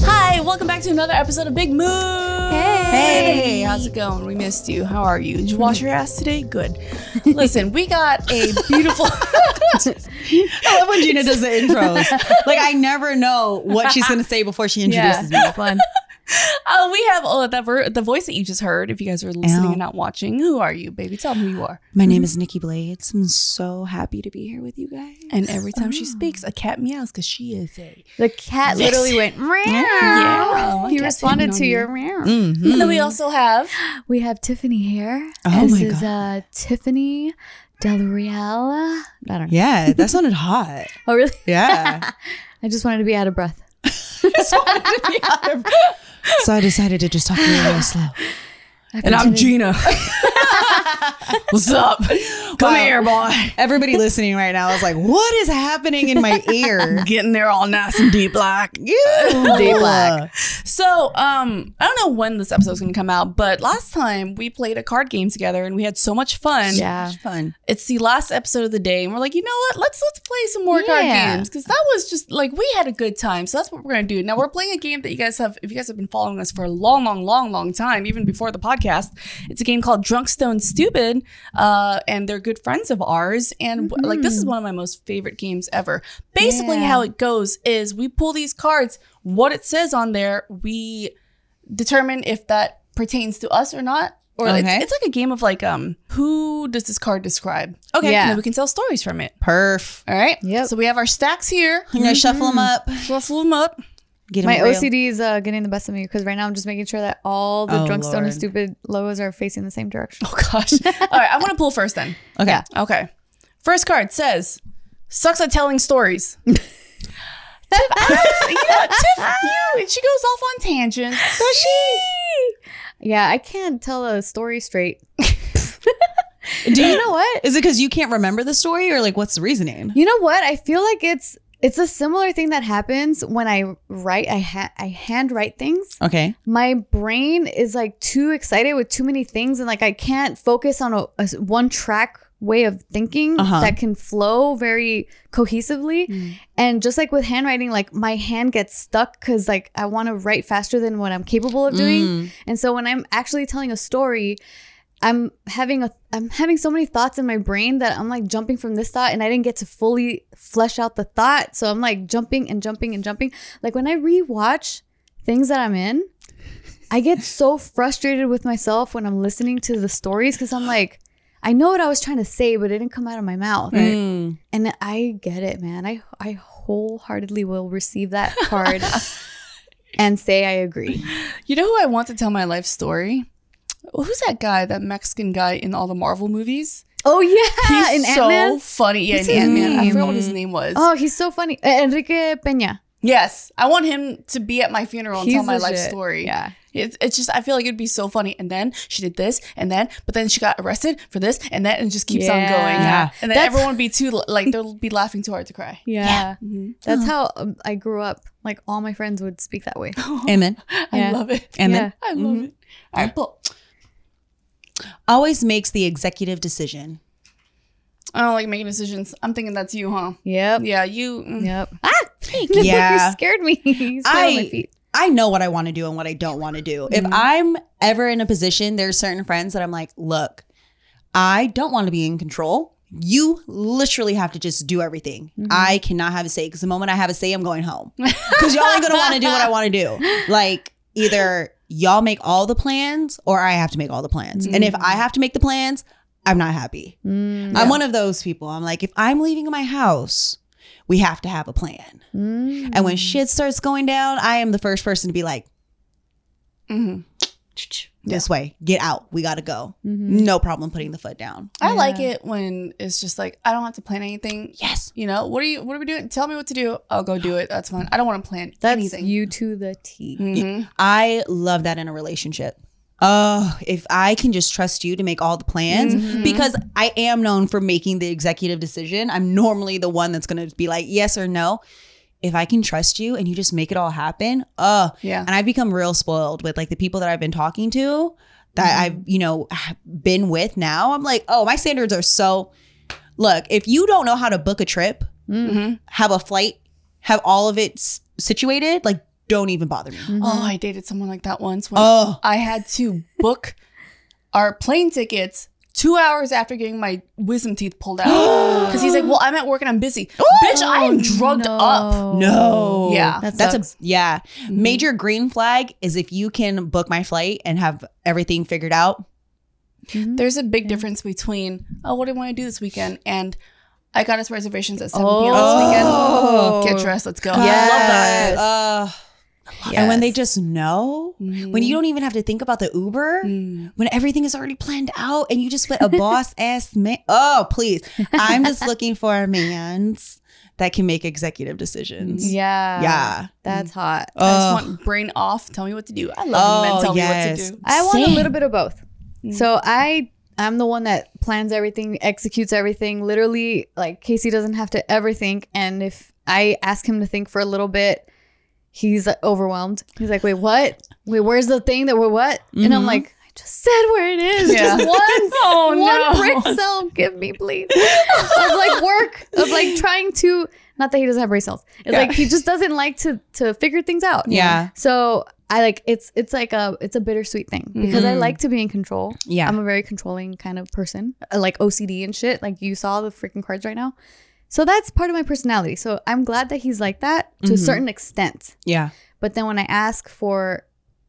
welcome back to another episode of Big Mood. Hey. Hey, how's it going? We missed you. How are you? Did you wash your ass today? Good. Listen, we got a beautiful. I love when Gina does the intros. Like I never know what she's gonna say before she introduces me. Fun. uh, we have oh, that ver- the voice that you just heard. If you guys are listening Ow. and not watching, who are you, baby? Tell them who you are. My name is Nikki Blades. I'm so happy to be here with you guys. And every time she speaks, a cat meows because she is a. The cat Yes. literally went meow. Yeah. My He cat's hitting responded on to you. your meow. Mhm. And then we also have We have Tiffany here. Oh this my is uh, Tiffany Del Real. I don't know. Yeah, that sounded hot. Oh, really? Yeah. I just wanted to be out of breath. So I decided to just talk really, really slow. I pretended- Gina. What's up? Come Wow. here, boy. Everybody listening right now is like, what is happening in my ear? Getting there all nice and deep, like. Day black. So, um, I don't know when this episode's gonna come out, but last time we played a card game together and we had so much fun. Yeah. Fun. It's the last episode of the day, and we're like, you know what? Let's let's play some more card Yeah. games because that was just like we had a good time. So that's what we're gonna do. Now we're playing a game that you guys have, if you guys have been following us for a long, long, long, long time, even before the podcast. It's a game called Drunk Stone Stupid, uh, and they're good friends of ours. And w like this is one of my most favorite games ever. Basically, Mm-hmm. Yeah. how it goes is we pull these cards. What it says on there, we determine if that pertains to us or not. Or Okay. it's, it's like a game of like, um, who does this card describe? Okay, Yeah. and then we can tell stories from it. Perf. All right. Yep. So we have our stacks here. I'm gonna shuffle them up. Fluffle them up. Mm-hmm. Get 'em My real. OCD is uh, getting the best of me because right now I'm just making sure that all the Oh, drunk, stone, Lord. and stupid logos are facing the same direction. Oh gosh. All right. I want to pull first then. Okay. Okay. First card says, "Sucks at telling stories." Tiff, you know, Tiff, you, and she goes off on tangents. Does Oh, she? Yeah, I can't tell a story straight. Do you know what? Is it because you can't remember the story or like what's the reasoning? You know what? I feel like it's it's a similar thing that happens when I write. I ha- I handwrite things. Okay. My brain is like too excited with too many things, and like I can't focus on a, a s- one track way of thinking Uh-huh. that can flow very cohesively. And just like with handwriting, like my hand gets stuck because like I want to write faster than what I'm capable of doing. Mm. And so when I'm actually telling a story, I'm having a I'm having so many thoughts in my brain that I'm like jumping from this thought and I didn't get to fully flesh out the thought. So I'm like jumping and jumping and jumping. Like when I rewatch things that I'm in, I get so frustrated with myself when I'm listening to the stories cuz I'm like I know what I was trying to say, but it didn't come out of my mouth. Mm. And I get it, man. I I wholeheartedly will receive that card and say I agree. You know who I want to tell my life story? Who's that guy? That Mexican guy in all the Marvel movies? Oh yeah, He's in so Ant-Man. funny. Yeah, What's in his Ant Man. I name? forgot what his name was. Oh, he's so funny. Uh, Enrique Peña. Yes, I want him to be at my funeral and tell He's my the life shit. story. Yeah. It's, it's just I feel like it'd be so funny. And then she did this, and then but then she got arrested for this, and that, and it just keeps on Yeah. going. Yeah. and then That's- everyone would be too like they'll be laughing too hard to cry. Mm-hmm. Yeah. That's how um, I grew up. Like all my friends would speak that way. Oh, Amen. I Yeah. Mm-hmm. love it. Amen. Yeah. I love it. All right, pull. Always makes the executive decision. I don't like making decisions. I'm thinking that's you, huh? Yep. Yeah, you. mm. Yep. Ah, Yeah. you scared me. You scared I- my feet. I know what I want to do and what I don't want to do. If I'm ever in a position, there's certain friends that I'm like, look, I don't want to be in control. You literally have to just do everything. I cannot have a say because the moment I have a say, I'm going home because y'all ain't gonna want to do what I want to do. Like either y'all make all the plans or I have to make all the plans. And if I have to make the plans, I'm not happy. Mm. I'm one of those people. I'm like, if I'm leaving my house, we have to have a plan. Mm. And when shit starts going down, I am the first person to be like, Mhm. this way, get out, we gotta go. Mhm. No problem putting the foot down. I like Yeah. it when it's just like I don't have to plan anything. Yes. You know what are you? What are we doing? Tell me what to do. I'll go do it. That's fine. I don't want to plan That's anything. you to the T. Mhm. I love that in a relationship. Oh, if I can just trust you to make all the plans Mhm. because I am known for making the executive decision. I'm normally the one that's gonna be like, yes or no. If I can trust you and you just make it all happen, oh, Yeah. and I've become real spoiled with like the people that I've been talking to that Mm-hmm. I've, you know, been with now. I'm like, oh, my standards are so. Look, if you don't know how to book a trip, Mm. Mhm. have a flight, have all of it s- situated, like don't even bother me. Oh, I dated someone like that once. When Mm-hmm. Oh, I had to book our plane tickets two hours after getting my wisdom teeth pulled out because he's like, "Well, I'm at work and I'm busy, Oh, bitch. I Oh, am drugged up." no. Yeah. That That's sucks. Mm-hmm. a yeah. Major green flag is if you can book my flight and have everything figured out. Mm-hmm. Mhm. There's a big difference between oh, what do I want to do this weekend and I got us reservations at 7 p.m. Oh. this weekend. Get dressed, let's go. Yes. Oh, that. Uh, And when they Yes. just know, when Mm-hmm. you don't even have to think about the Uber, Mm. when everything is already planned out and you just put a boss ass man. Oh, please. I'm just looking for a man's that can make executive decisions. Yeah. Yeah. Oh. That's hot. I just Ugh. want brain off. Tell me what to do. I love when men. Oh, Tell yes. me what to do. I want a Same. little bit of both. Mm. So I I'm the one that plans everything, executes everything. Literally, like Casey doesn't have to ever think. And if I ask him to think for a little bit, he's like, overwhelmed. He's like, "Wait, what? Wait, where's the thing that we're what?" And I'm Mhm. like, "I just said where it is. Mm-hmm. Yeah. Just one, Oh, one no. brick cell. Give me, please." of like work of like trying to. Not that he doesn't have brain cells. It's Yeah. like he just doesn't like to to figure things out. Yeah. So I like it's it's like a it's a bittersweet thing because I Mhm. like to be in control. Yeah. I'm a very controlling kind of person, I like OCD and shit. Like you saw the freaking cards right now. So that's part of my personality. So I'm glad that he's like that to a Mhm. certain extent. yeah. But then when I ask for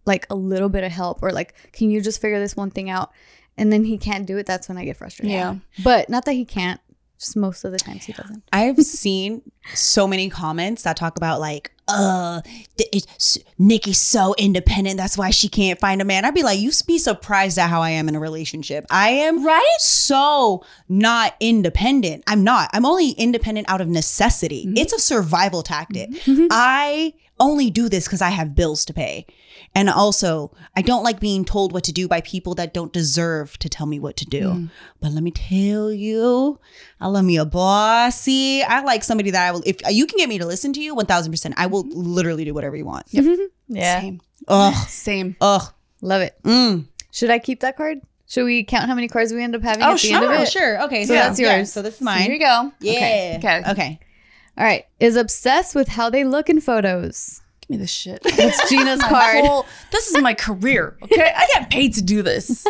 like a little bit of help or like, can you just figure this one thing out? And then he can't do it. That's when I get frustrated. Yeah. But not that he can't. Just most of the times he doesn't. I've seen so many comments that talk about like, uh, th- it's, Nikki's so independent. That's why she can't find a man. I'd be like, you'd be surprised at how I am in a relationship. I am right so not independent. I'm not. I'm only independent out of necessity. It's a survival tactic. I only do this because I have bills to pay. And also, I don't like being told what to do by people that don't deserve to tell me what to do. Mm. But let me tell you, I love me a bossy. I like somebody that I will, if you can get me to listen to you 1000%, I will Mm-hmm. literally do whatever you want. Yeah. Same. Ugh, Same. ugh, Love it. mm. Should I keep that card? Should we count how many cards we end up having Oh, at the end of sure, it? sure. Okay, So that's yours. so this is Here you mine. go. Yeah. Okay. Okay. Okay. All right. Is obsessed with how they look in photos. Give me this shit. That's Gina's my card. whole- this is my career. Okay, I get paid to do this.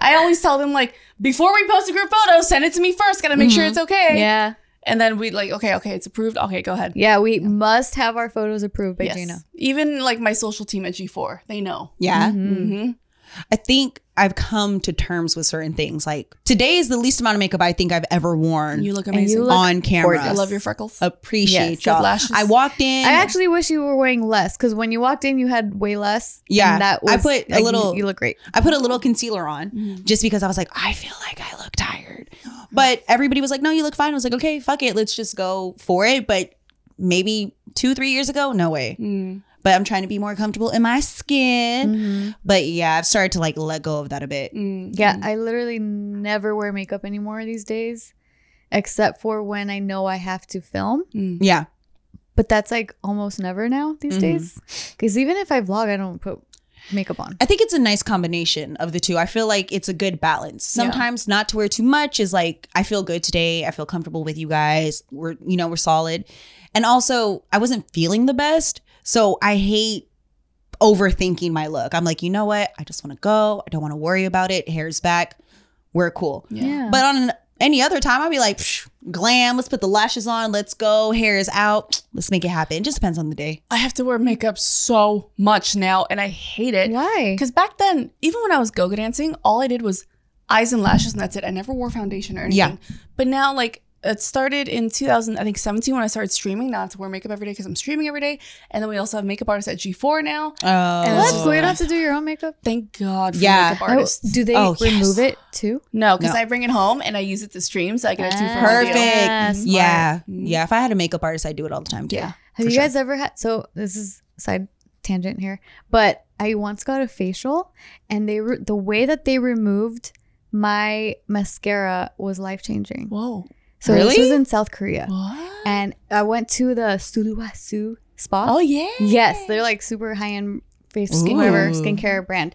I always tell them like before we post a group photo, send it to me first. Gotta make sure it's okay. Mm-hmm. Yeah. And then we like okay, okay, it's approved. Okay, go ahead. Yeah. We must have our photos approved by Yes. Gina. Even like my social team at G4, they know. Yeah. Mm-hmm. I think I've come to terms with certain things. Like today is the least amount of makeup I think I've ever worn You look Mm. you amazing. look on camera. I love your freckles. Appreciate Yes, good y'all. lashes. I walked in. I actually wish you were wearing less because when you walked in, you had way less. Yeah, And that was, I put a like, you- little- You, look great. I put a little concealer on Mm-hmm. just because I was like, I feel like I look tired. But everybody was like, no, you look fine. I was like, okay, fuck it. Let's just go for it. But maybe two, three years ago, no way. Mm. But I'm trying to be more comfortable in my Mm-hmm. skin. But yeah, I've started to like let go of that a bit. Mm. Yeah. I literally never wear makeup anymore these days, except for when I know I have to film. Mm. Yeah. But that's like almost never now these Mhm. days. 'Cause days. Because even if I vlog, I don't put makeup on. I think it's a nice combination of the two. I feel like it's a good balance. Yeah. Sometimes not to wear too much is like I feel good today. I feel comfortable with you guys. We're you know, we're solid. And also, I wasn't feeling the best, so I hate overthinking my look. I'm like, "You know what? I just want to go. I don't want to worry about it. Hair's back. We're cool." Yeah. But on any other time, I'd be like, "Psh, "Glam, let's put the lashes on. Let's go. Hair is out. Let's make it happen." It just depends on the day. I have to wear makeup so much now and I hate it. Why? Because back then, even when I was go-go dancing, all I did was eyes and lashes, and that's it. I never wore foundation or anything. But now, like, it started in 2000, I think 17 when I started streaming. Now I have to wear makeup every day because I'm streaming every day. And then we also have makeup artists at G4 now. Oh. What? Oh. So you don't have to do your own makeup? Thank God for Yeah. makeup Oh, artists. do they Oh, yes. remove it too? no, because No. I bring it home and I use it to stream, so I get a two for one Perfect. deal. smart. Yeah. Mm-hmm. Mhm. Yeah. If I had a makeup artist, I'd do it all the time too. Yeah. For Have you sure. guys ever had? So this is side tangent here, but I once got a facial, and they re- the way that they removed my mascara was life changing. Whoa. So this Really? was in South Korea, What? and I went to the Suluwasu spa. Oh yeah. Yes, they're like super high end face skin, whatever Ooh. skincare brand.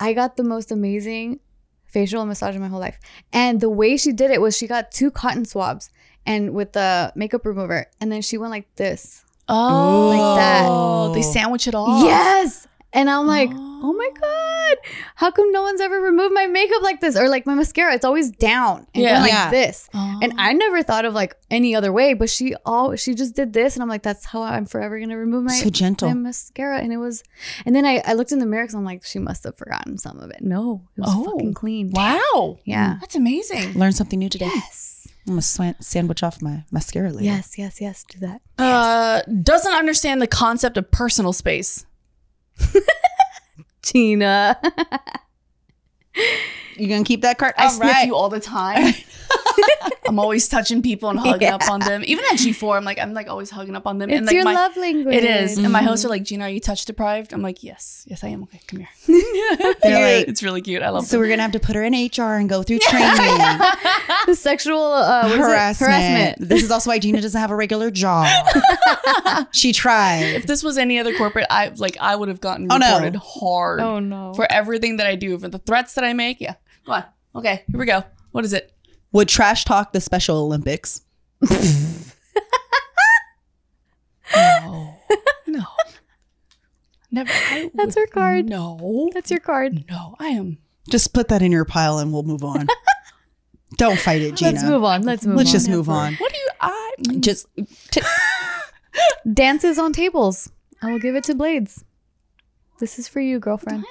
I got the most amazing facial massage in my whole life, and the way she did it was she got two cotton swabs and with the makeup remover, and then she went like this Oh, Like that. They sandwich it off. Yes. And I'm like, oh my God, how come no one's ever removed my makeup like this? Or like my mascara, it's always down and Yeah. going like Yeah. this. Oh. And I never thought of like any other way, but she all she just did this. And I'm like, that's how I'm forever gonna remove my, So gentle. my mascara. And it was and then I, I looked in the mirror because I'm like, she must have forgotten some of it. No, it was Oh. fucking clean. Wow. Yeah. That's amazing. Learn something new today. Yes. I'm gonna swan- sandwich off my mascara later. Yes, yes, yes. Do that. Uh, doesn't understand the concept of personal space. Tina. You gonna keep that card? I All sniff right. you all the time. I'm always touching people and hugging up on them. Even at G4, I'm like, I'm like always hugging up on them. It's and like your my, love language. It is. And my hosts are Mhm. like, Gina, are you touch deprived? I'm like, yes, yes, I am. Okay, come here. They're like- it's really cute. I love So we're gonna have to put her in HR and go through training. the sexual uh, what is it? harassment. harassment. This is also why Gina doesn't have a regular job. she tried. If this was any other corporate, I like I would have gotten Oh, no. reported hard Oh no. for everything that I do, for the threats that I make. Yeah. Come on. Okay, here we go. What is it? Would trash talk the Special Olympics? No. no. Never. I That's would- her card. No. That's your card. No, I am. Just put that in your pile and we'll move on. Don't fight it, Gina. Let's move on. Let's move Let's on. just move on. What do you? I. Just Dances on tables. I will give it to Blades. This is for you, girlfriend.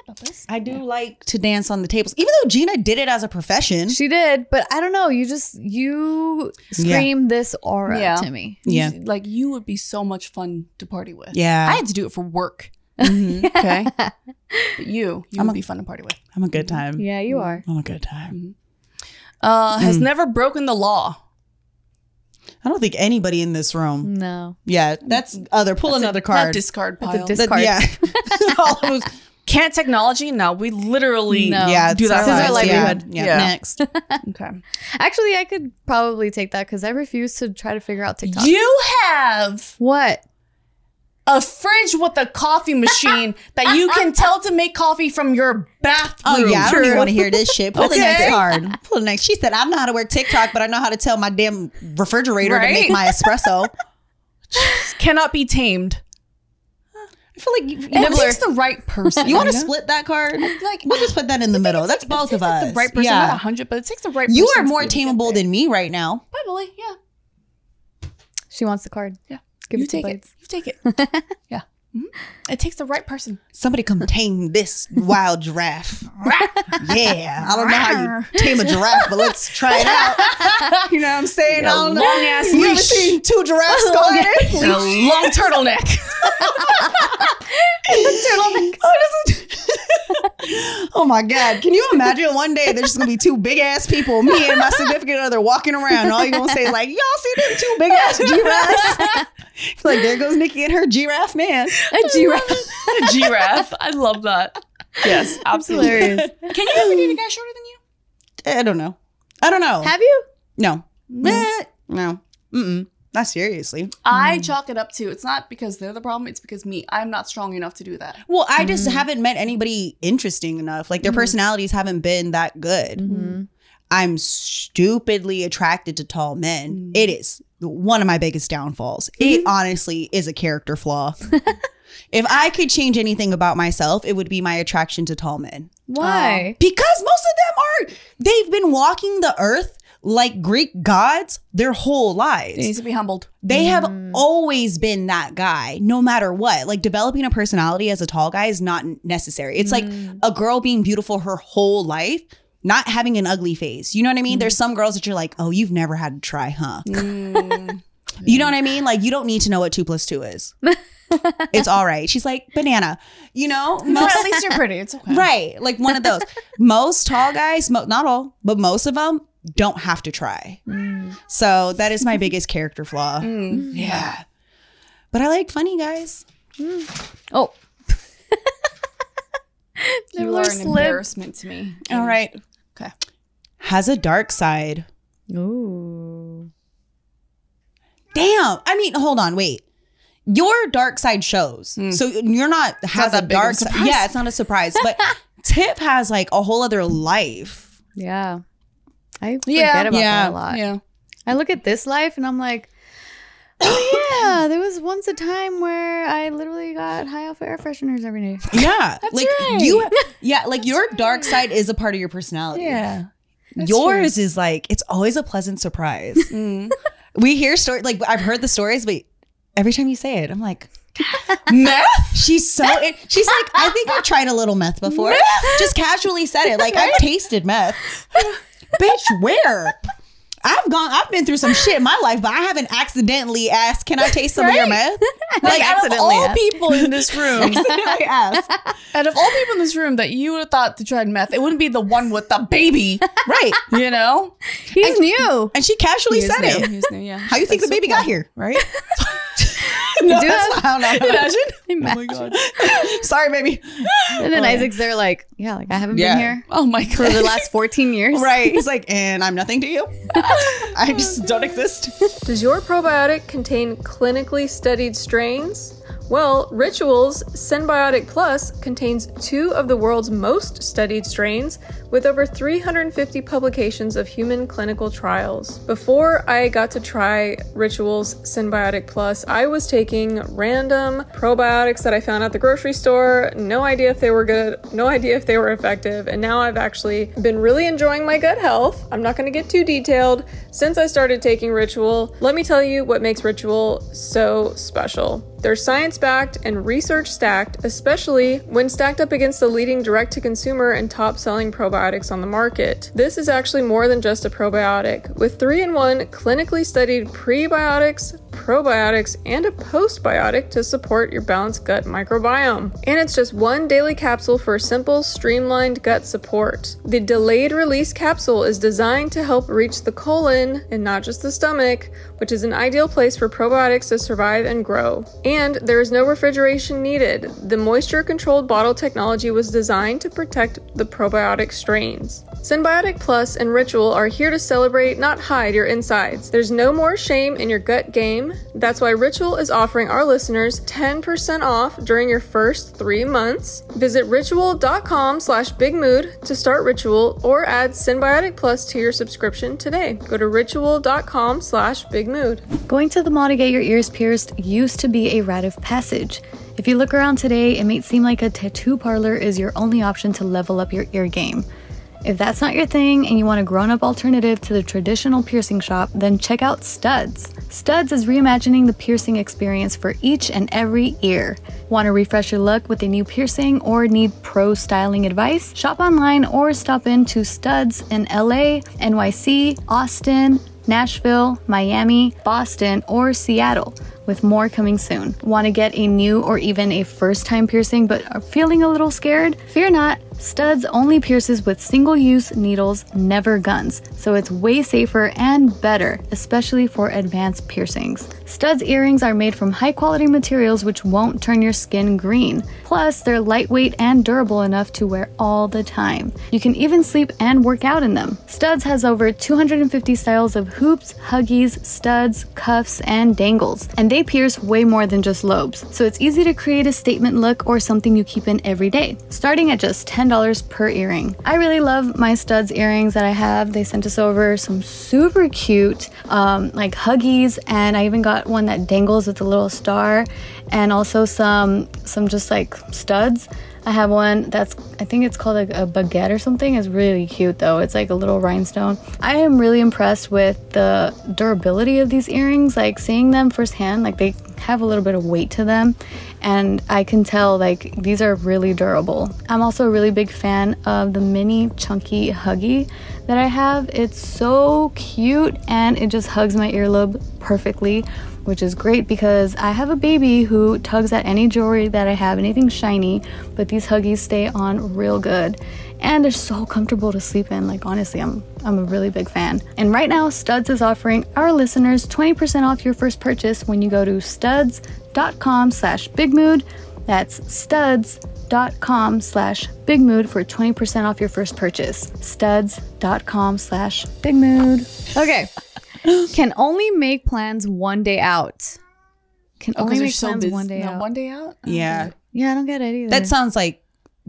I do like to dance on the tables, even though Gina did it as a profession. She did, but I don't know. You just you scream this aura Yeah. to me. Yeah. Like you would be so much fun to party with. Yeah. I had to do it for work. Mhm. Okay. but you, you I'm would a- be fun to party with. I'm a good time. Yeah, you are. I'm a good time. Uh, Mm. has never broken the law. I don't think anybody in this room. No. Yeah, that's other. Pull another card. Mm-hmm. That discard That's a pile. dis- That- card. Yeah. All of those- Can't technology? No, we literally. No. yeah, Do that it's for our us. livelihood. Yeah. Yeah. Yeah. Next. Okay. Actually, I could probably take that because I refuse to try to figure out TikTok. You have what? a fridge with a coffee machine that you can tell to make coffee from your bathroom. Oh yeah, I don't even True. want to hear this shit. Pull Okay. the next card. Pull the next. She said, "I don't know how to work TikTok, but I know how to tell my damn refrigerator to Right? make my espresso." Cannot be tamed. I feel like you, you, It know, takes the right person. you want to split that card. like We'll just put that in the middle. That's both of us. the right person, not a Yeah. hundred, but it takes the right. You person are to more get there. tameable than me right now. probably. Yeah. She wants the card. Yeah. Give you it to take Blades. it. You take it. yeah. Mhm. It takes the right person. Somebody come tame this wild giraffe. yeah, I don't know how you tame a giraffe, but let's try it out. You know what I'm saying? I don't know. long ass You ever leash seen two giraffes go at it? and a long turtleneck. Oh my God. Can you imagine one day there's just gonna be two big ass people, me and my significant other walking around. and All you gonna say is like, y'all see them two big ass giraffes? It's like there goes Nikki and her giraffe man. A giraffe. a giraffe. I love that. Yes, absolutely. Hilarious. Can you ever date a guy shorter than you? I don't know. I don't know. Have you? no. Eh, No. Mm-mm. Not seriously. I Mm. chalk it up to it's not because they're the problem, it's because me. I'm not strong enough to do that. Well, I just haven't met anybody interesting enough. Like their personalities haven't been that good. I'm stupidly attracted to tall men. It is one of my biggest downfalls. It honestly is a character flaw. if I could change anything about myself, it would be my attraction to tall men. Why? Because most of them are, they've been walking the earth like Greek gods their whole It lives. needs to be humbled. They have always been that guy, no matter what. Like developing a personality as a tall guy is not necessary. It's like a girl being beautiful her whole life, not having an ugly face. You know what I mean? There's some girls that you're like, oh, you've never had to try, huh? You know what I mean? Like you don't need to know what two plus two is. it's all right. She's like banana. You know, But most at least you're pretty. It's okay. right, like one of those. most tall guys, mo- not all, but most of them don't have to try. Mm. So that is my biggest character flaw. Yeah. But I like funny guys. Oh. You Nibbler are an slip. embarrassment to me. All right. Okay. Has a dark side. Ooh. Damn. I mean, hold on, wait. Your dark side shows. So you're not has Mm. that a big of a dark side. surprise. Yeah, it's not a surprise. But Tip has like a whole other life. Yeah. I forget Yeah. about Yeah. that a lot. Yeah. I look at this life and I'm like, oh yeah, there was one once a time where I literally got high off of air fresheners every day. Yeah. That's like right. you yeah, like your dark side is a part of your personality. Yeah. that's Yours is like it's always a pleasant surprise. true. Mm. we hear stories like I've heard the stories, but every time you say it, I'm like meth. She's so. in- she's like, I think I've tried a little meth before. Just casually said it, like I've tasted meth. Bitch, where? I've gone. I've been through some shit in my life, but I haven't accidentally asked, "Can I taste some of your meth?" Like, out of all asked. people in this room, Accidentally asked. out of all people in this room that you would have thought to try meth, it wouldn't be the one with the baby, right? you know? Oh, He's new. And she casually He is said new. it. He is new, yeah. How you think the baby got here? Right? No, do that's have- not- I don't know. Oh Imagine. Imagine. Sorry, baby. And then Isaac's there, like, yeah, like I haven't Yeah. been here Oh my for the god. last 14 years. Right? He's like, and I'm nothing to you. I just don't exist. Does your probiotic contain clinically studied strains? Well, Rituals Symbiotic Plus contains two of the world's most studied strains with over 350 publications of human clinical trials. Before I got to try Rituals Symbiotic Plus, I was taking random probiotics that I found at the grocery store, no idea if they were good, no idea if they were effective, and now I've actually been really enjoying my gut health. I'm not going to get too detailed. Since I started taking Ritual, let me tell you what makes Ritual so special. They're science backed and research stacked, especially when stacked up against the leading direct to consumer and top selling probiotics on the market. This is actually more than just a probiotic. With three in one clinically studied prebiotics, probiotics, and a postbiotic to support your balanced gut microbiome. And it's just one daily capsule for simple, streamlined gut support. The delayed release capsule is designed to help reach the colon and not just the stomach, which is an ideal place for probiotics to survive and grow. And there is no refrigeration needed. The moisture controlled bottle technology was designed to protect the probiotic strains. Symbiotic Plus and Ritual are here to celebrate, not hide your insides. There's no more shame in your gut game. That's why Ritual is offering our listeners 10% off during your first three months. Visit ritual.com slash bigmood to start Ritual or add Symbiotic Plus to your subscription today. Go to ritual.com slash bigmood. Going to the mall to get your ears pierced used to be a rite of passage. If you look around today, it may seem like a tattoo parlor is your only option to level up your ear game. If that's not your thing and you want a grown up alternative to the traditional piercing shop, then check out Studs. Studs is reimagining the piercing experience for each and every ear. Want to refresh your look with a new piercing or need pro styling advice? Shop online or stop in to Studs in LA, NYC, Austin, Nashville, Miami, Boston, or Seattle, with more coming soon. Want to get a new or even a first time piercing but are feeling a little scared? Fear not, Studs only pierces with single use needles, never guns, so it's way safer and better, especially for advanced piercings. Studs earrings are made from high quality materials which won't turn your skin green. Plus, they're lightweight and durable enough to wear all the time. You can even sleep and work out in them. Studs has over 250 styles of hoops, huggies, studs, cuffs, and dangles, and they pierce way more than just lobes, so it's easy to create a statement look or something you keep in every day, starting at just $10 per earring. I really love my studs earrings that I have. They sent us over some super cute, um, like huggies, and I even got one that dangles with a little star, and also some some just like studs. I have one that's I think it's called a, a baguette or something. It's really cute though. It's like a little rhinestone. I am really impressed with the durability of these earrings. Like seeing them firsthand, like they have a little bit of weight to them, and I can tell like these are really durable. I'm also a really big fan of the mini chunky huggy that I have. It's so cute and it just hugs my earlobe perfectly which is great because I have a baby who tugs at any jewelry that I have, anything shiny, but these huggies stay on real good. And they're so comfortable to sleep in. Like honestly, I'm I'm a really big fan. And right now, Studs is offering our listeners 20% off your first purchase when you go to studs.com slash bigmood. That's studs.com slash bigmood for 20% off your first purchase. Studs.com slash bigmood. Okay. Can only make plans one day out. Can Oh, only make plans one day out. One day out. Yeah. yeah, I don't get it either. That sounds like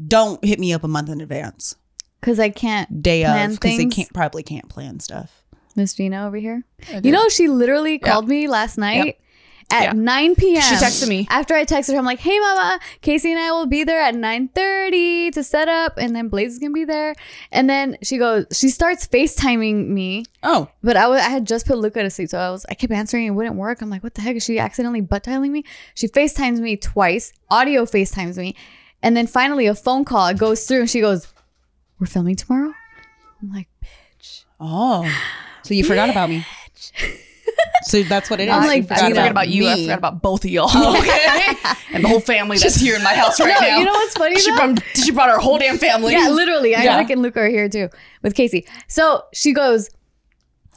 don't hit me up a month in advance. because I can't. Day Plan of because they things. can't probably can't plan stuff. Miss Gina over here. You know, she literally called me last night at 9 p.m. She texted me. After I texted her, I'm like, hey, mama, Casey and I will be there at 9.30 to set up. And then Blaze is going to be there. And then she goes, she starts FaceTiming me. Oh, But I wa- I had just put Luca to sleep, so I was I kept answering, it wouldn't work. I'm like, what the heck? Is she accidentally butt dialing me? She FaceTimes me twice, audio FaceTimes me, and then finally a phone call goes through and she goes, We're filming tomorrow? I'm like, oh. So you forgot about me. So that's what it is. I'm like, you I you forgot know, about you. I me. forgot about both of y'all. and the whole family that's here in my house right No, now. you know what's funny she though? brought she brought her whole damn family. yeah, literally. Yeah. Isaac and Luca are here too with Casey. So she goes,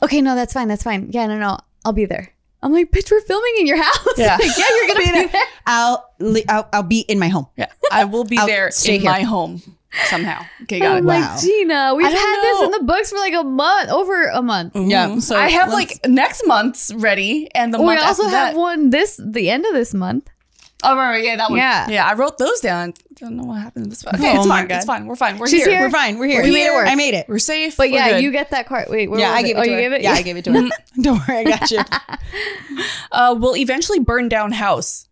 Okay, no, that's fine, that's fine. Yeah, no, no, I'll be there. I'm like, bitch, we're filming in your house. Yeah. Like, yeah, you're gonna be there. I'll, li- I'll I'll be in my home. Yeah. I will be I'll there stay in here. my home somehow. Okay, got I'm it. Wow. like, Gina, we've I had don't this know. in the books for like a month, over a month. Yeah. So Mm-hmm. I have let's- Oh, like next month's ready, and the we month also after that. have one this the end of this month. Oh, right, right, yeah, that one. Yeah. yeah. I wrote those down. Don't know what happened. This, okay, Oh it's my fine. God. It's fine. We're fine. We're She's here. here. we're fine. We're here. We made it work. I made it. We're, we're safe. But We're yeah, good. you get that card. Wait, where Yeah, was I gave it Oh, to you her. gave it. Yeah, I gave it to her. Don't worry, I got you. uh, will eventually burn down house.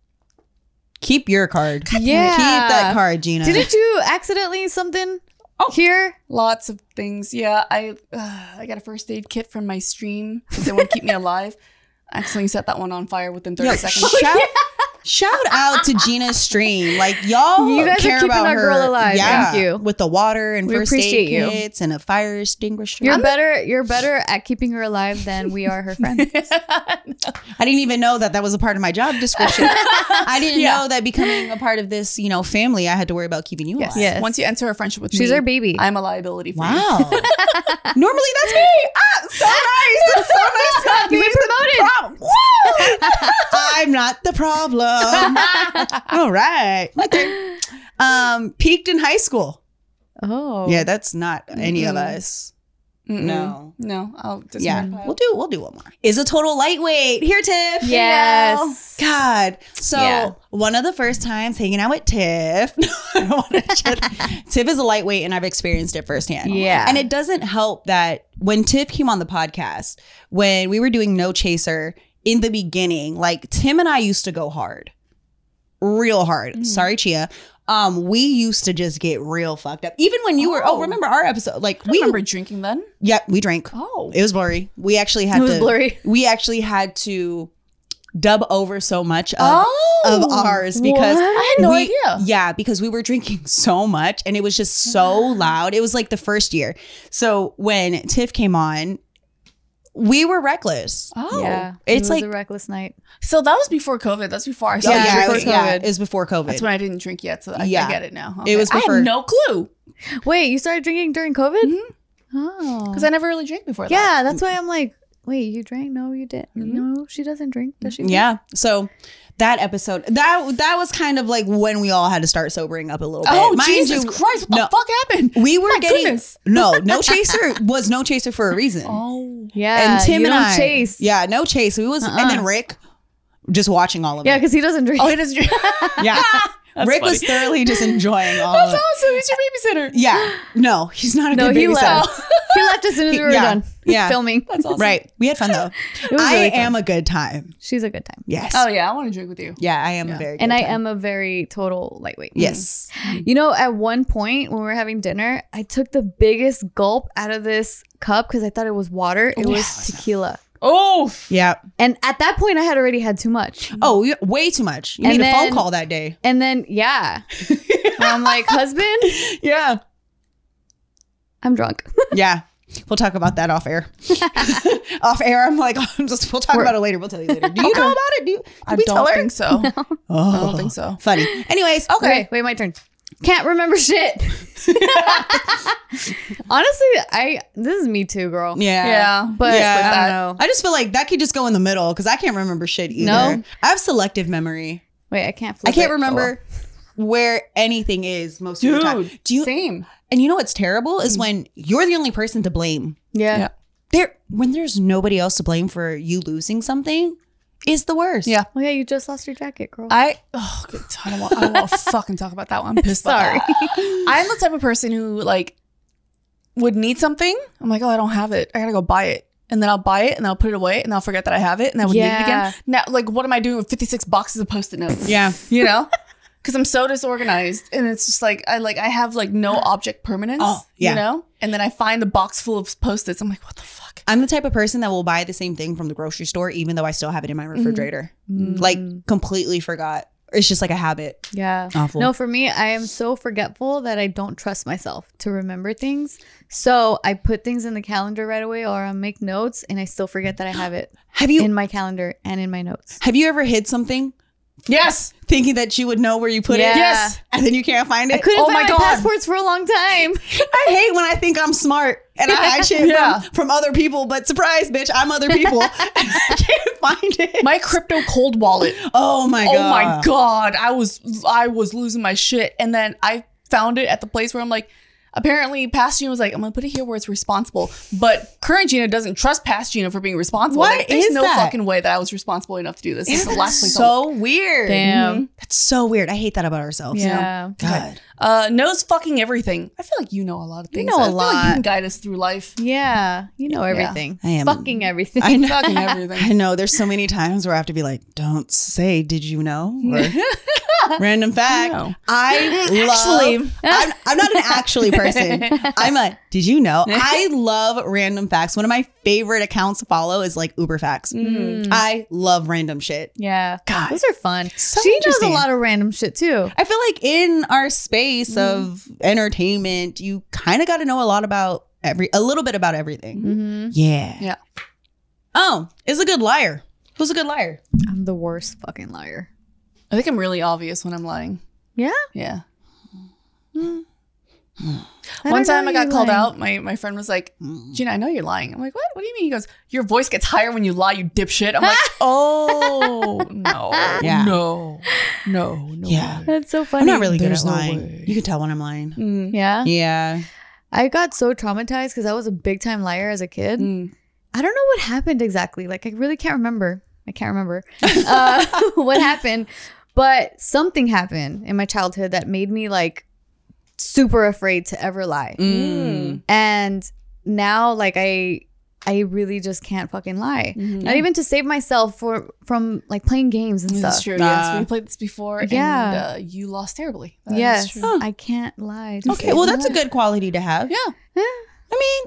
Keep your card. Yeah. Keep that card, Gina. Didn't you accidentally something Oh. here? Lots of things. Yeah, I uh, I got a first aid kit from my stream because they want to keep me alive. I accidentally set that one on fire within 30 Yo, seconds. shout, shout out to Gina's stream. Like y'all You guys are care keeping about our her. girl alive. Yeah. Thank you. With the water and We first appreciate aid you. kits and a fire extinguisher. You're better. You're better at keeping her alive than we are her friend. I didn't even know that that was a part of my job description. I didn't know that becoming a part of this, you know, family, I had to worry about keeping you Yes. alive. Yes. Once you enter a friendship with me, She's our baby. I'm a liability for you. Wow. Normally that's me. Ah, so nice. That's so nice. Not You've me. been promoted. problem. Woo! I'm not the problem. All right. Okay. Um, peaked in high school. Oh, Yeah, that's not any of Mm-mm. us. Mm-mm. No. no. I'll just Yeah, we'll do we'll do one more. Is a total lightweight here, Tiff. Yes. God. So Yeah. one of the first times hanging out with Tiff. I don't wanna judge- Tiff is a lightweight, and I've experienced it firsthand. Yeah. and it doesn't help that when Tiff came on the podcast, when we were doing No Chaser in the beginning, like Tim and I used to go hard, real hard. Sorry, Chia. Um, we used to just get real fucked up. Even when you were, oh, Oh. remember our episode? Like We we, remember drinking then. yeah, we drank. Oh, It was blurry. We actually had it was to blurry. we actually had to dub over so much of, Oh, of ours because what? I had no we- idea. Yeah, because we were drinking so much and it was just so loud. It was like the first year. So when Tiff came on, we were reckless. Oh, yeah, it's it was like- a reckless night. so that was before COVID. That's before I Oh, started yeah, drinking. it was, before yeah, COVID. it was before COVID. That's when I didn't drink yet, so I, Yeah. I get it now. It was I preferred. had no clue Wait, you started drinking during COVID? Mm-hmm. Oh, because I never really drank before. that. yeah, that's why I'm like, wait, you drank? No, you didn't. No, she doesn't drink. Does she? Mm-hmm. yeah. So that episode that that was kind of like when we all had to start sobering up a little bit. Oh Mind Jesus you, Christ! What no. the fuck happened? we were My getting goodness. no no chaser was no chaser for a reason. Oh, Yeah, and Tim you and don't I, Uh, chase. yeah, no chase. We was, Uh-uh. and then Rick, just watching all of yeah, it. because he doesn't drink. oh, he doesn't drink. Yeah, That's Rick was funny. thoroughly just enjoying all That's of it. awesome. He's your babysitter. Yeah, no, he's not a no, good he babysitter. left. he left as soon as we were Yeah, done yeah. filming. That's awesome. Right, we had fun though. was I really fun. am a good time. She's a good time, Yes. Oh yeah, I want to drink with you. yeah, I am a very. Good and I time. am a very total lightweight. Yes. You know, at one point when we were having dinner, I took the biggest gulp out of this cup because I thought it was water. It was tequila. Oh, Yeah. And at that point, I had already had too much. Oh, you- way too much. You And need a phone then- call that day. And then, yeah, And I'm like, husband, Yeah. I'm drunk. Yeah. We'll talk about that off air. off air, I'm like, I'm just. We'll talk We're- about it later. We'll tell you later. Do you know about it? Do you, did I we don't tell her? think so. oh, I don't think so. Funny. Anyways, Okay. wait, my turn. Can't remember shit. Honestly, I this is me too, girl. Yeah. Yeah, But Yeah, I don't that- know. I just feel like that could just go in the middle because I can't remember shit either. No. I have selective memory. Wait, I can't. I Flip can't it. Oh. remember where anything is most of the time. Dude, Do you? same. And you know what's terrible Mm. is when you're the only person to blame. Oh. Yeah. Yeah. There, when there's nobody else to blame for you losing something, is the worst. Yeah. Well, Oh, yeah, you just lost your jacket, girl. I oh, good. I don't want. I don't want to fucking talk about that one. I'm pissed. about Sorry. that. I'm the type of person who like would need something. I'm like, oh, I don't have it. I gotta go buy it. and then I'll buy it and I'll put it away and I'll forget that I have it and I would need it Yeah. again. Now, like, what am I doing with 56 boxes of post-it notes? Yeah. You know? Because I'm so disorganized and it's just like, I like, I have like no object permanence, Oh, yeah. you know? And then I find a box full of post-its. I'm like, what the fuck? I'm the type of person that will buy the same thing from the grocery store, even though I still have it in my Mm-hmm. refrigerator. Like Mm. completely forgot. It's just like a habit. Yeah. Awful. No, for me, I am so forgetful that I don't trust myself to remember things. So I put things in the calendar right away or I make notes and I still forget that I have it Have you in my calendar and in my notes. have you ever hid something Yes. thinking that you would know where you put Yeah. it? Yes. And then you can't find I it. couldn't Oh find my my, God. passports for a long time. I hate when I think I'm smart and I hide shit Yeah. from, from other people, but surprise, bitch, I'm other people. I can't find it. My crypto cold wallet. oh my god. oh my god i was i was losing my shit and then i found it at the place where i'm like apparently past gina was like i'm gonna put it here where it's responsible but current gina doesn't trust past gina for being responsible What like, there's is no that? fucking way that i was responsible enough to do this this is the That's last place I'll- so weird. Damn. That's so weird. I hate that about ourselves. Yeah. God. uh knows fucking everything i feel like you know a lot of things know I a feel like you lot. can guide us through life Yeah. You know everything. I am- Fucking everything. I know. fucking everything I know there's so many times where I have to be like, don't say, did you know? Or random fact. know. I love, Actually. I'm, I'm not an actually person. I'm a, did you know? I love random facts. One of my favorite accounts to follow is like Uber facts. Mm. I love random shit. yeah. God. Those are fun. So she knows a interesting. lot of random shit too. I feel like in our space Mm. of entertainment, you kind of got to know a lot about every, a little bit about everything. Mm-hmm. Yeah. Yeah. Oh, is a good liar. Who's a good liar? I'm the worst fucking liar. i think i'm really obvious when i'm lying Yeah. yeah I One don't time know I got you called lying. out. My my friend was like, Gina, I know you're lying. I'm like, what? What do you mean? He goes, Your voice gets higher when you lie, you dipshit. I'm like, Oh no. Yeah. No. No. No. Yeah. way." That's so funny. I'm not really good There's at no lying. way. You can tell when I'm lying. Mm, Yeah. Yeah. I got so traumatized because I was a big time liar as a kid. mm. I don't know what happened exactly. Like, I really can't remember. I can't remember uh, what happened, but something happened in my childhood that made me like super afraid to ever lie. Mm. And now, like, I. I really just can't fucking lie. Mhm. Not even to save myself for from like playing games and That's stuff. true. yes, Nah. we played this before. Yeah. And, uh, you lost terribly. That is Yes, true. Huh. I can't lie. Mm. to Okay. save Well, my that's a life. good quality to have. Yeah. I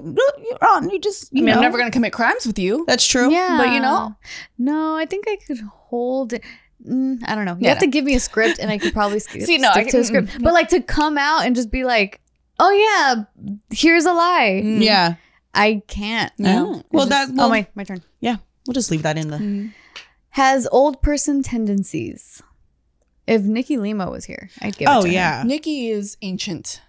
mean, look, you're on. You just, I you mean, know. I'm never gonna commit crimes with you. That's true. Yeah. But, you know- no, I think I could hold it. Mm, I don't know. You Yeah, have to no. give me a script, and I could probably sk- See, no, I stick to can- a script. But like to come out and just be like, "Oh yeah, here's a lie." Mm. Yeah. I can't. No. Oh, Well, It's that. just- Well, oh my, my turn. We'll just leave that in the. Mm. Has old person tendencies. If Nikki Lima was here, I'd give. it Oh to her. yeah. Nikki is ancient.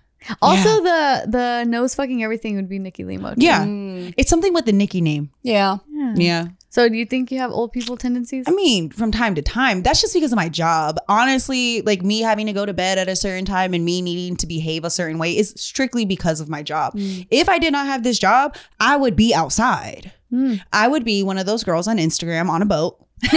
Also, the the nose fucking everything would be Nikki Lima. too. Yeah. Mm. It's something with the Nikki name. Yeah. Yeah. Yeah. So, do you think you have old people tendencies? I mean, from time to time. That's just because of my job. Honestly, like me having to go to bed at a certain time and me needing to behave a certain way is strictly because of my job. Mm. If I did not have this job, I would be outside. Mm. I would be one of those girls on Instagram on a boat.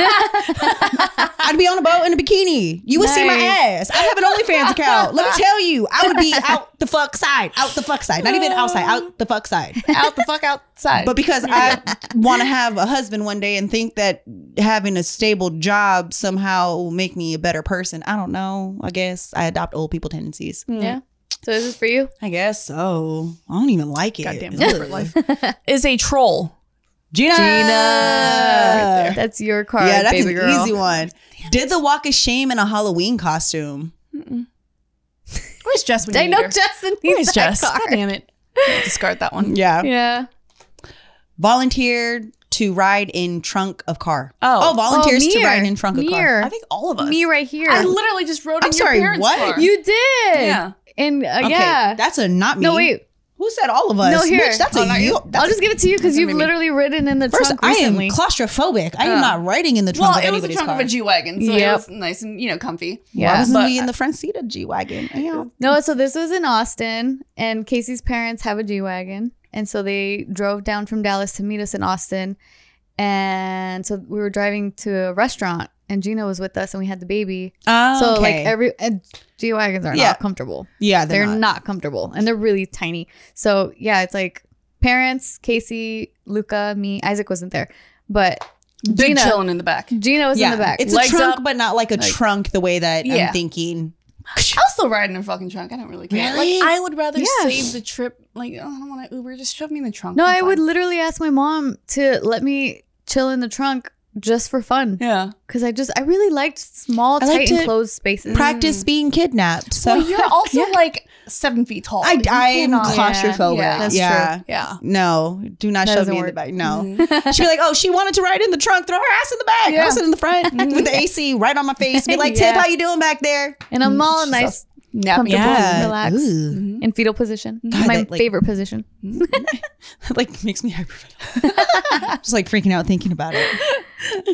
I'd be on a boat in a bikini. You would see my Nice. ass. I have an OnlyFans account. Let me tell you, I would be out the fuck side, out the fuck side, not even outside, out the fuck side. Out the fuck outside. But because I want to have a husband one day and think that having a stable job somehow will make me a better person, I don't know. I guess I adopt old people tendencies. Mm. Yeah. So, is this for you? I guess so. I don't even like it. Goddamn Ugh. corporate life. Is a troll. Gina. Gina. That's your card, yeah, that's baby an girl. easy one. Did the walk of shame in a Halloween costume? Where's Jess when I you know need her? Justin Where needs is that Jess? card. God damn it. Discard that one. Yeah. Yeah. Volunteered to ride in trunk of car. Oh. volunteers Oh, to mirror. ride in trunk of car. Mirror. I think all of us. Me right here. I literally just wrote I'm in sorry, your parents' what? car. you did. Yeah. And uh, Okay, yeah. that's a not me. no wait. who said all of us? No, here. Bitch, that's Oh, not a you. you. That's I'll just give it to you because That's you've maybe- literally wridden in the First, trunk I am recently. claustrophobic. I am Oh. not riding in the trunk Well, of it was the anybody's trunk car. of a G wagon, so Yep. it was nice and you know comfy. Why yeah. wasn't But- we in the front seat of G wagon? Yeah. No, so this was in Austin, and Casey's parents have a G wagon, and so they drove down from Dallas to meet us in Austin, and so we were driving to a restaurant, and Gina was with us, and we had the baby. Oh, So like okay. every and G wagons are Yeah. not comfortable. yeah, they're not. comfortable and they're really tiny. So yeah, it's like parents, Casey, Luca, me, Isaac wasn't there, but Big Gina. chilling in the back. Gina was yeah, in the back. it's a Legs trunk, up. but not like a Like- trunk the way that Yeah. I'm thinking. I was still riding in a fucking trunk. I don't really care. Really? Like I would rather Yeah. save the trip. Like oh, I don't want to Uber. Just shove me in the trunk. no, I'm I would fine. literally ask my mom to let me chill in the trunk just for fun Yeah. because I just I really liked small, I tight, like to enclosed spaces. Practice being kidnapped. So Mm. well, you're also like seven feet tall. I, Like, you I am cannot- claustrophobic. Yeah, Yeah, that's yeah. Yeah. No, do not That shove doesn't me in the work. back. No, she'd be like, "Oh, she wanted to ride in the trunk. Throw her ass in the back. Mm-hmm. Yeah. Mm-hmm. I'll sit in the front with the AC right on my face. Be like, Tip, Yeah. how you doing back there? and I'm all She's nice, Napping. Yeah. Yeah. Relax. Ooh. Mhm. in fetal position, God, my that, like- favorite position. like makes me hyperventilate. Just like freaking out thinking about it.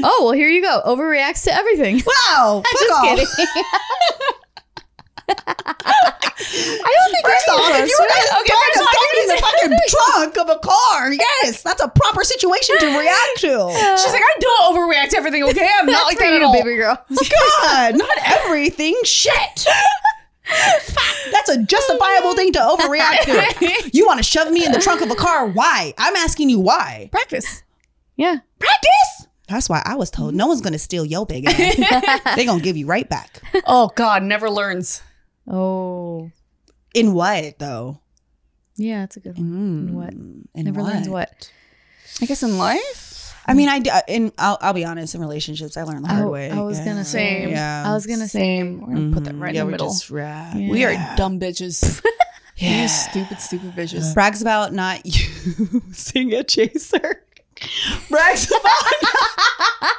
oh well, here you go. Overreacts to everything. Wow, fuck Just off. kidding. I don't think First off, if you were okay. gonna first of all, start in the fucking trunk of a car, yes, that's a proper situation to react to. She's like, I don't overreact to everything. Okay, I'm not like For that at you, all. baby girl. God, not everything. Shit. That's a justifiable thing to overreact to. You want to shove me in the trunk of a car? Why? I'm asking you why. Practice. Yeah. Practice. That's why I was told no one's gonna steal your big ass. they gonna give you right back. Oh God, never learns. Oh, In what though? yeah, that's a good one. Mm. what? In Never learns what. I guess in life. I mean, I d- uh, in I'll, I'll be honest. In relationships, I learned the hard I- way. Oh, I was gonna say- Yeah. I was gonna say Same. We're gonna put that Mhm. right Yeah, in we're the middle. just ra- Yeah. We yeah. are dumb bitches. Yeah. You stupid, stupid bitches. Brags about not using a chaser. Brags about.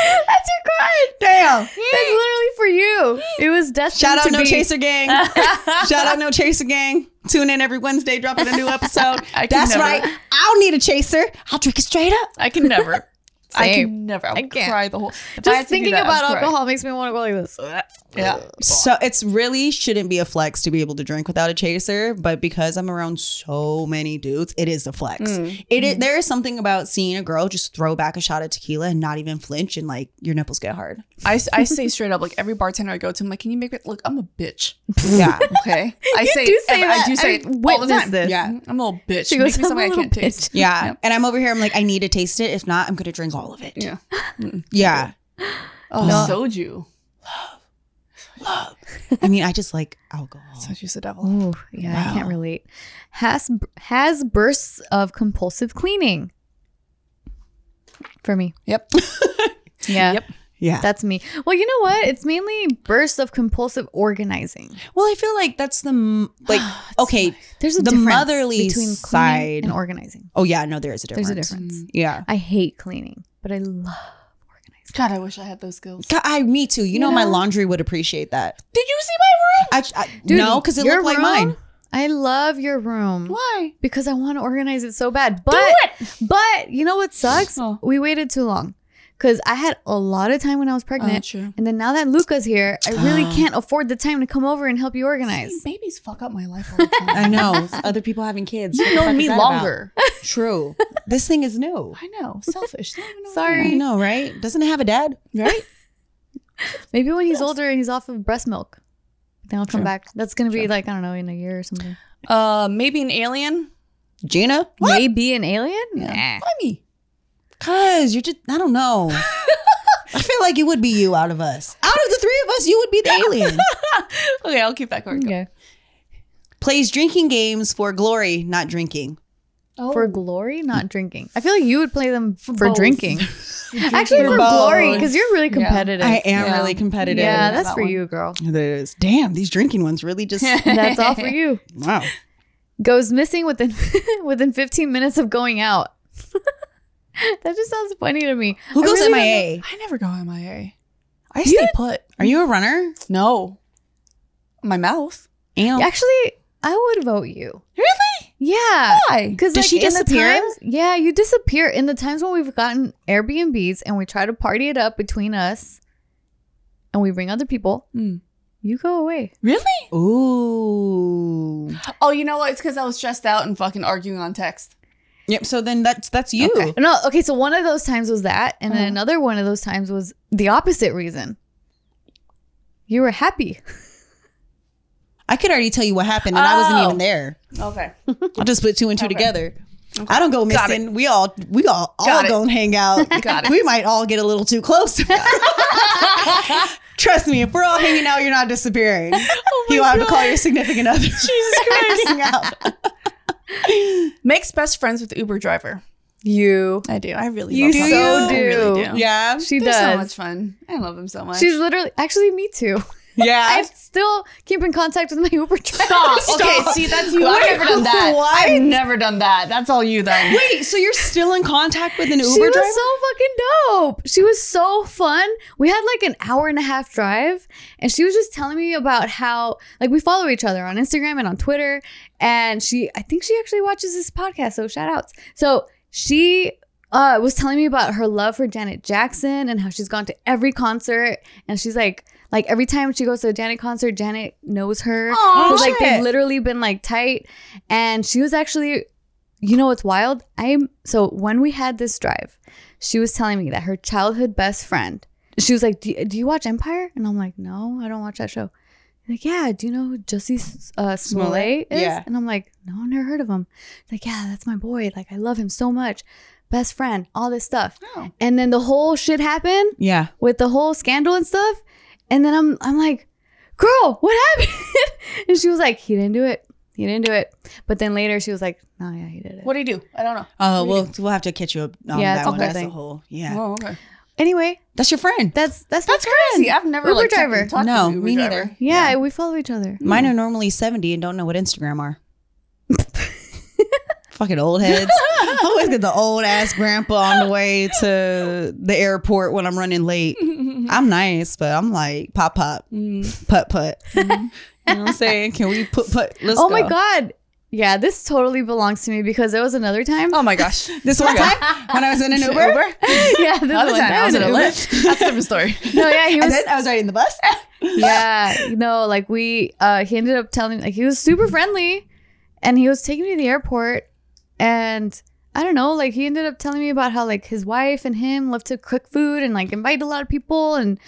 that's your card. Damn. That's literally for you. It was destined Shout out to No be. Chaser Gang. Shout out No Chaser Gang. Tune in every Wednesday, dropping a new episode. I can That's never. right. I'll need a chaser. I'll drink it straight up. I can never. I can never. I, I would can't. cry the whole. if I Just had to do thinking that, I would about cry. alcohol makes me want to go like this. Yeah. So it's really shouldn't be a flex to be able to drink without a chaser, but because I'm around so many dudes, it is a flex. It is, there is something about seeing a girl just throw back a shot of tequila and not even flinch, and like your nipples get hard. I, I say straight up, like every bartender I go to, I'm like, can you make it look? I'm a bitch. Yeah, Okay. I say, do say every- I that. do say I it all the witnessed time. this. Yeah. I'm a little bitch. She goes, Make me "I'm a something I little can't taste. yeah. Yep. And I'm over here. I'm like, I need to taste it. If not, I'm gonna drink all of it. Yeah. Yeah. Oh, No. soju. Love. I mean, I just like alcohol. Soju's the devil. Oh, yeah, I can't Wow. relate. Has has bursts of compulsive cleaning. For me. Yep. Yeah. Yep. Yeah. That's me. Well, you know what? It's mainly bursts of compulsive organizing. Well, I feel like that's the m- like okay. There's a The difference motherly between cleaning side- and organizing. Oh yeah, no, there is a difference. There's a difference. Yeah. I hate cleaning, but I love organizing. God, I wish I had those skills. God, I me too. You know, my laundry would appreciate that. Did you see my room? I, I no, because it your looked like room- mine. I love your room. Why? because I want to organize it so bad. But but you know what sucks? Oh. We waited too long because I had a lot of time when I was pregnant, true. and then now that Luca's here, I really Ah. can't afford the time to come over and help you organize. Babies fuck up my life all the time. I know other people having kids. You've known me longer. True. This thing is new. I know. Selfish. They don't even know what Sorry. I know, right? Doesn't it have a dad? they want. Right? Maybe when he's older and he's off of breast milk, then I'll come back. That's gonna be like I don't know in a year or something. Uh, maybe an alien. Gina? Maybe an alien. Nah. Why me? Cause you're just I don't know. I feel like it would be you out of us. Out of the three of us, you would be the alien. Okay, I'll keep that card. Okay. Plays drinking games for glory, not drinking. Oh. For glory, not drinking. I feel like you would play them for, both. drinking. Actually, For for glory, both. because you're really Yeah. competitive. I am Yeah. really competitive. yeah, Yeah, that's that for one. you, girl. There's damn, these drinking ones really just That's all for you. wow. goes missing within within 15 minutes of going out. that just sounds funny to me. Who I goes really don't MIA? I never go MIA. I You stay put. Are you a runner? No. My mouth. Am. know. Actually, I would vote you. Really? Yeah. Why? Because Does like she in the disappear? times, yeah, you disappear in the times when we've gotten Airbnbs and we try to party it up between us, and we bring other people. Mm. You go away. Really? Ooh. Oh, you know what? It's because I was stressed out and fucking arguing on text. Yep. So then that's that's you. Okay. Uh, No, okay. So one of those times was that, and then Uh-huh. another one of those times was the opposite reason. You were happy. I could already tell you what happened, and I wasn't Oh. even there. Okay. I'll just put two and two Okay. together. I don't go Got missing. We all we all all Got it. go and hang out. Got it. We might all get a little too close. Trust me, if we're all hanging out, you're not disappearing. you ought to call your significant other. Jesus Christ. Makes best friends with the Uber driver. You. I do. I really You love him. so I really do. do. yeah. She They're does. so much fun. I love him so much. She's literally actually me too. Yeah. I still keep in contact with my Uber driver. Oh, Okay, see, that's you. I've never done that. I've never done that. That's all you then. Wait, so you're still in contact with an Uber she was driver? so fucking dope. She was so fun. We had like an hour and a half drive, and she was just telling me about how like we follow each other on Instagram and on Twitter. And she, I think she actually watches this podcast, so shout outs. So she uh, was telling me about her love for Janet Jackson and how she's gone to every concert, and she's like. Like every time she goes to a Janet concert, Janet knows her. Aw, 'Cause, like shit. they've literally been like tight, and she was actually you know what's wild? I'm so when we had this drive, she was telling me that her childhood best friend, she was like, "Do, do you watch Empire?" And I'm like, "No, I don't watch that show." Like, yeah, do you know who Jussie S- uh, Smollett is? Yeah. And I'm like, no, I've never heard of him. Like, yeah, that's my boy. Like, I love him so much. Best friend, all this stuff. Oh. And then the whole shit happened yeah. with the whole scandal and stuff. And then I'm I'm like, girl, what happened? and she was like, he didn't do it. He didn't do it. But then later she was like, no, yeah, he did it. What do you do? I don't know. Oh, we'll we'll have to catch you up on Yeah, that it's a one. whole That's a thing. whole yeah. Oh, okay. Anyway, That's your friend. that's that's my That's friend. crazy. I've never Uber like, kept in driver. touch No, with Uber me driver. neither. Yeah, we follow each other. Mm, Mine are normally 70 and don't know what Instagram are. Fucking old heads. I look at the old ass grandpa on the way to the airport when I'm running late. I'm nice, but I'm like pop pop, putt putt. Hmm. You know what I'm saying? Can we put put? Let's oh my go. god. Yeah, this totally belongs to me because there was another time. Oh my gosh. This one time when I was in an Uber, yeah, this Other one. time I was in a Uber. lift. That's a different story. No, yeah, he and was then I was riding the bus. yeah no like we uh he ended up telling like he was super friendly and he was taking me to the airport and i don't know like he ended up telling me about how like his wife and him love to cook food and like invite a lot of people and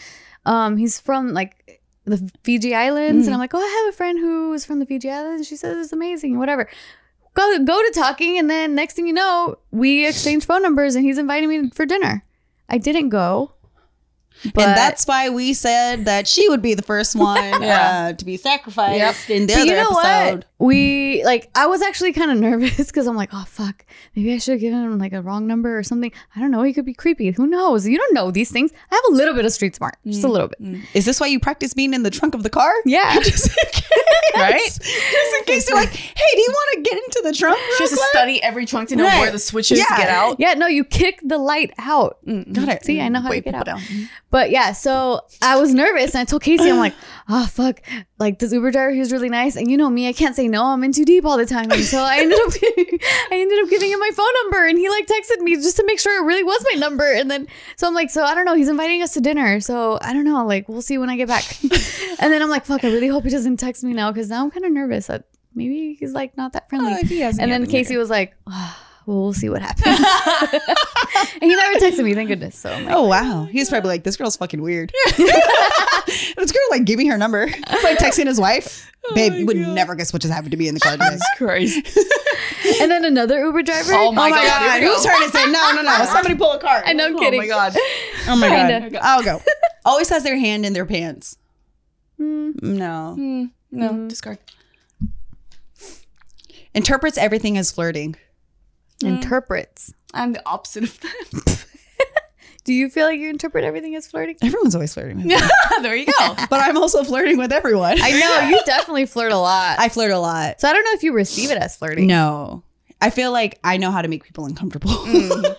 um he's from like the fiji islands Mm. and i'm like oh i have a friend who is from the fiji islands she says it's amazing whatever go go to talking and then next thing you know we exchange phone numbers and he's inviting me for dinner i didn't go but and that's why we said that she would be the first one Yeah. uh, to be sacrificed in the But other you know episode. what? We like I was actually kind of nervous because I'm like, oh fuck, maybe I should have given him like a wrong number or something. I don't know. He could be creepy. Who knows? You don't know these things. I have a little bit of street smart, just a Mm, little bit. Is this why you practice being in the trunk of the car? Yeah. just in case, Right? Just in case you're like, hey, do you want to get into the trunk? She real has to quick?" study every trunk to know Right. where the switch is Yeah. to get out. yeah. No, you kick the light out. Got it. See, I know how to Wait, um, mm-hmm. get put out. down. But yeah, so I was nervous and I told Casey, I'm like, oh fuck, like this Uber driver, he was really nice. And you know me, I can't say no, I'm in too deep all the time. And so I ended up I ended up giving him my phone number and he like texted me just to make sure it really was my number. And then so I'm like, so I don't know, he's inviting us to dinner. So I don't know, like we'll see when I get back. and then I'm like, fuck, I really hope he doesn't text me now because now I'm kind of nervous that maybe he's like not that friendly. Oh, he hasn't and then yet, Casey was like, oh, well, we'll see what happens. and he never texted me, thank goodness. So I'm like, Oh wow, he was probably like, "This girl's fucking weird." this girl like gave me her number. It's like texting his wife, babe. You would never guess what just happened to me in the car. today." Christ. and then another Uber driver. Oh my, Oh my god. god, Here we whose go. turn is it? No, no, no. Somebody pull a card. I know, I'm Oh kidding. my god. Oh my god, Kinda. I'll go. Always has their hand in their pants. Hmm. No, Mm. No, discard. interprets everything as flirting. Mm. Interprets. I'm the opposite of that. Do you feel like you interpret everything as flirting? Everyone's always flirting, with me. there you go. but I'm also flirting with everyone. I, I know you definitely flirt a lot. I flirt a lot. so I don't know if you receive it as flirting. No. I feel like I know how to make people uncomfortable. um,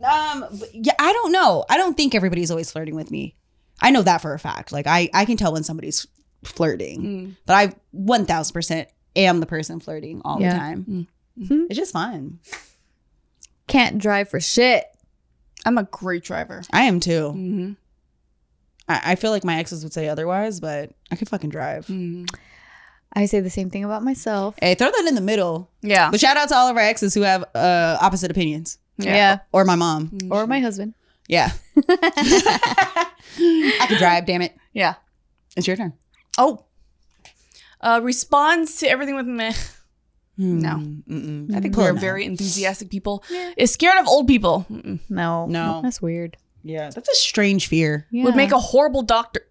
but yeah, I don't know. I don't think everybody's always flirting with me. I know that for a fact. Like I, I can tell when somebody's flirting, but I one thousand percent am the person flirting all Yeah. the time. Mhm. It's just fun. Can't drive for shit. I'm a great driver. I am too. Mm-hmm. I, I feel like my exes would say otherwise, but I could fucking drive. Mm. Mm-hmm. I say the same thing about myself. Hey, throw that in the middle. Yeah. But shout out to all of our exes who have uh, opposite opinions, Yeah. Mm-hmm. or my mom. Or my husband. Yeah, I could drive. Damn it, Yeah. it's your turn. Oh. Uh, responds to everything with meh. No. Hmm. Mm-mm. I I think think we're no. very enthusiastic people. Is scared of old people. Mm-mm. No. No. That's weird. yeah, that's a strange fear. Yeah. Would make a horrible doctor.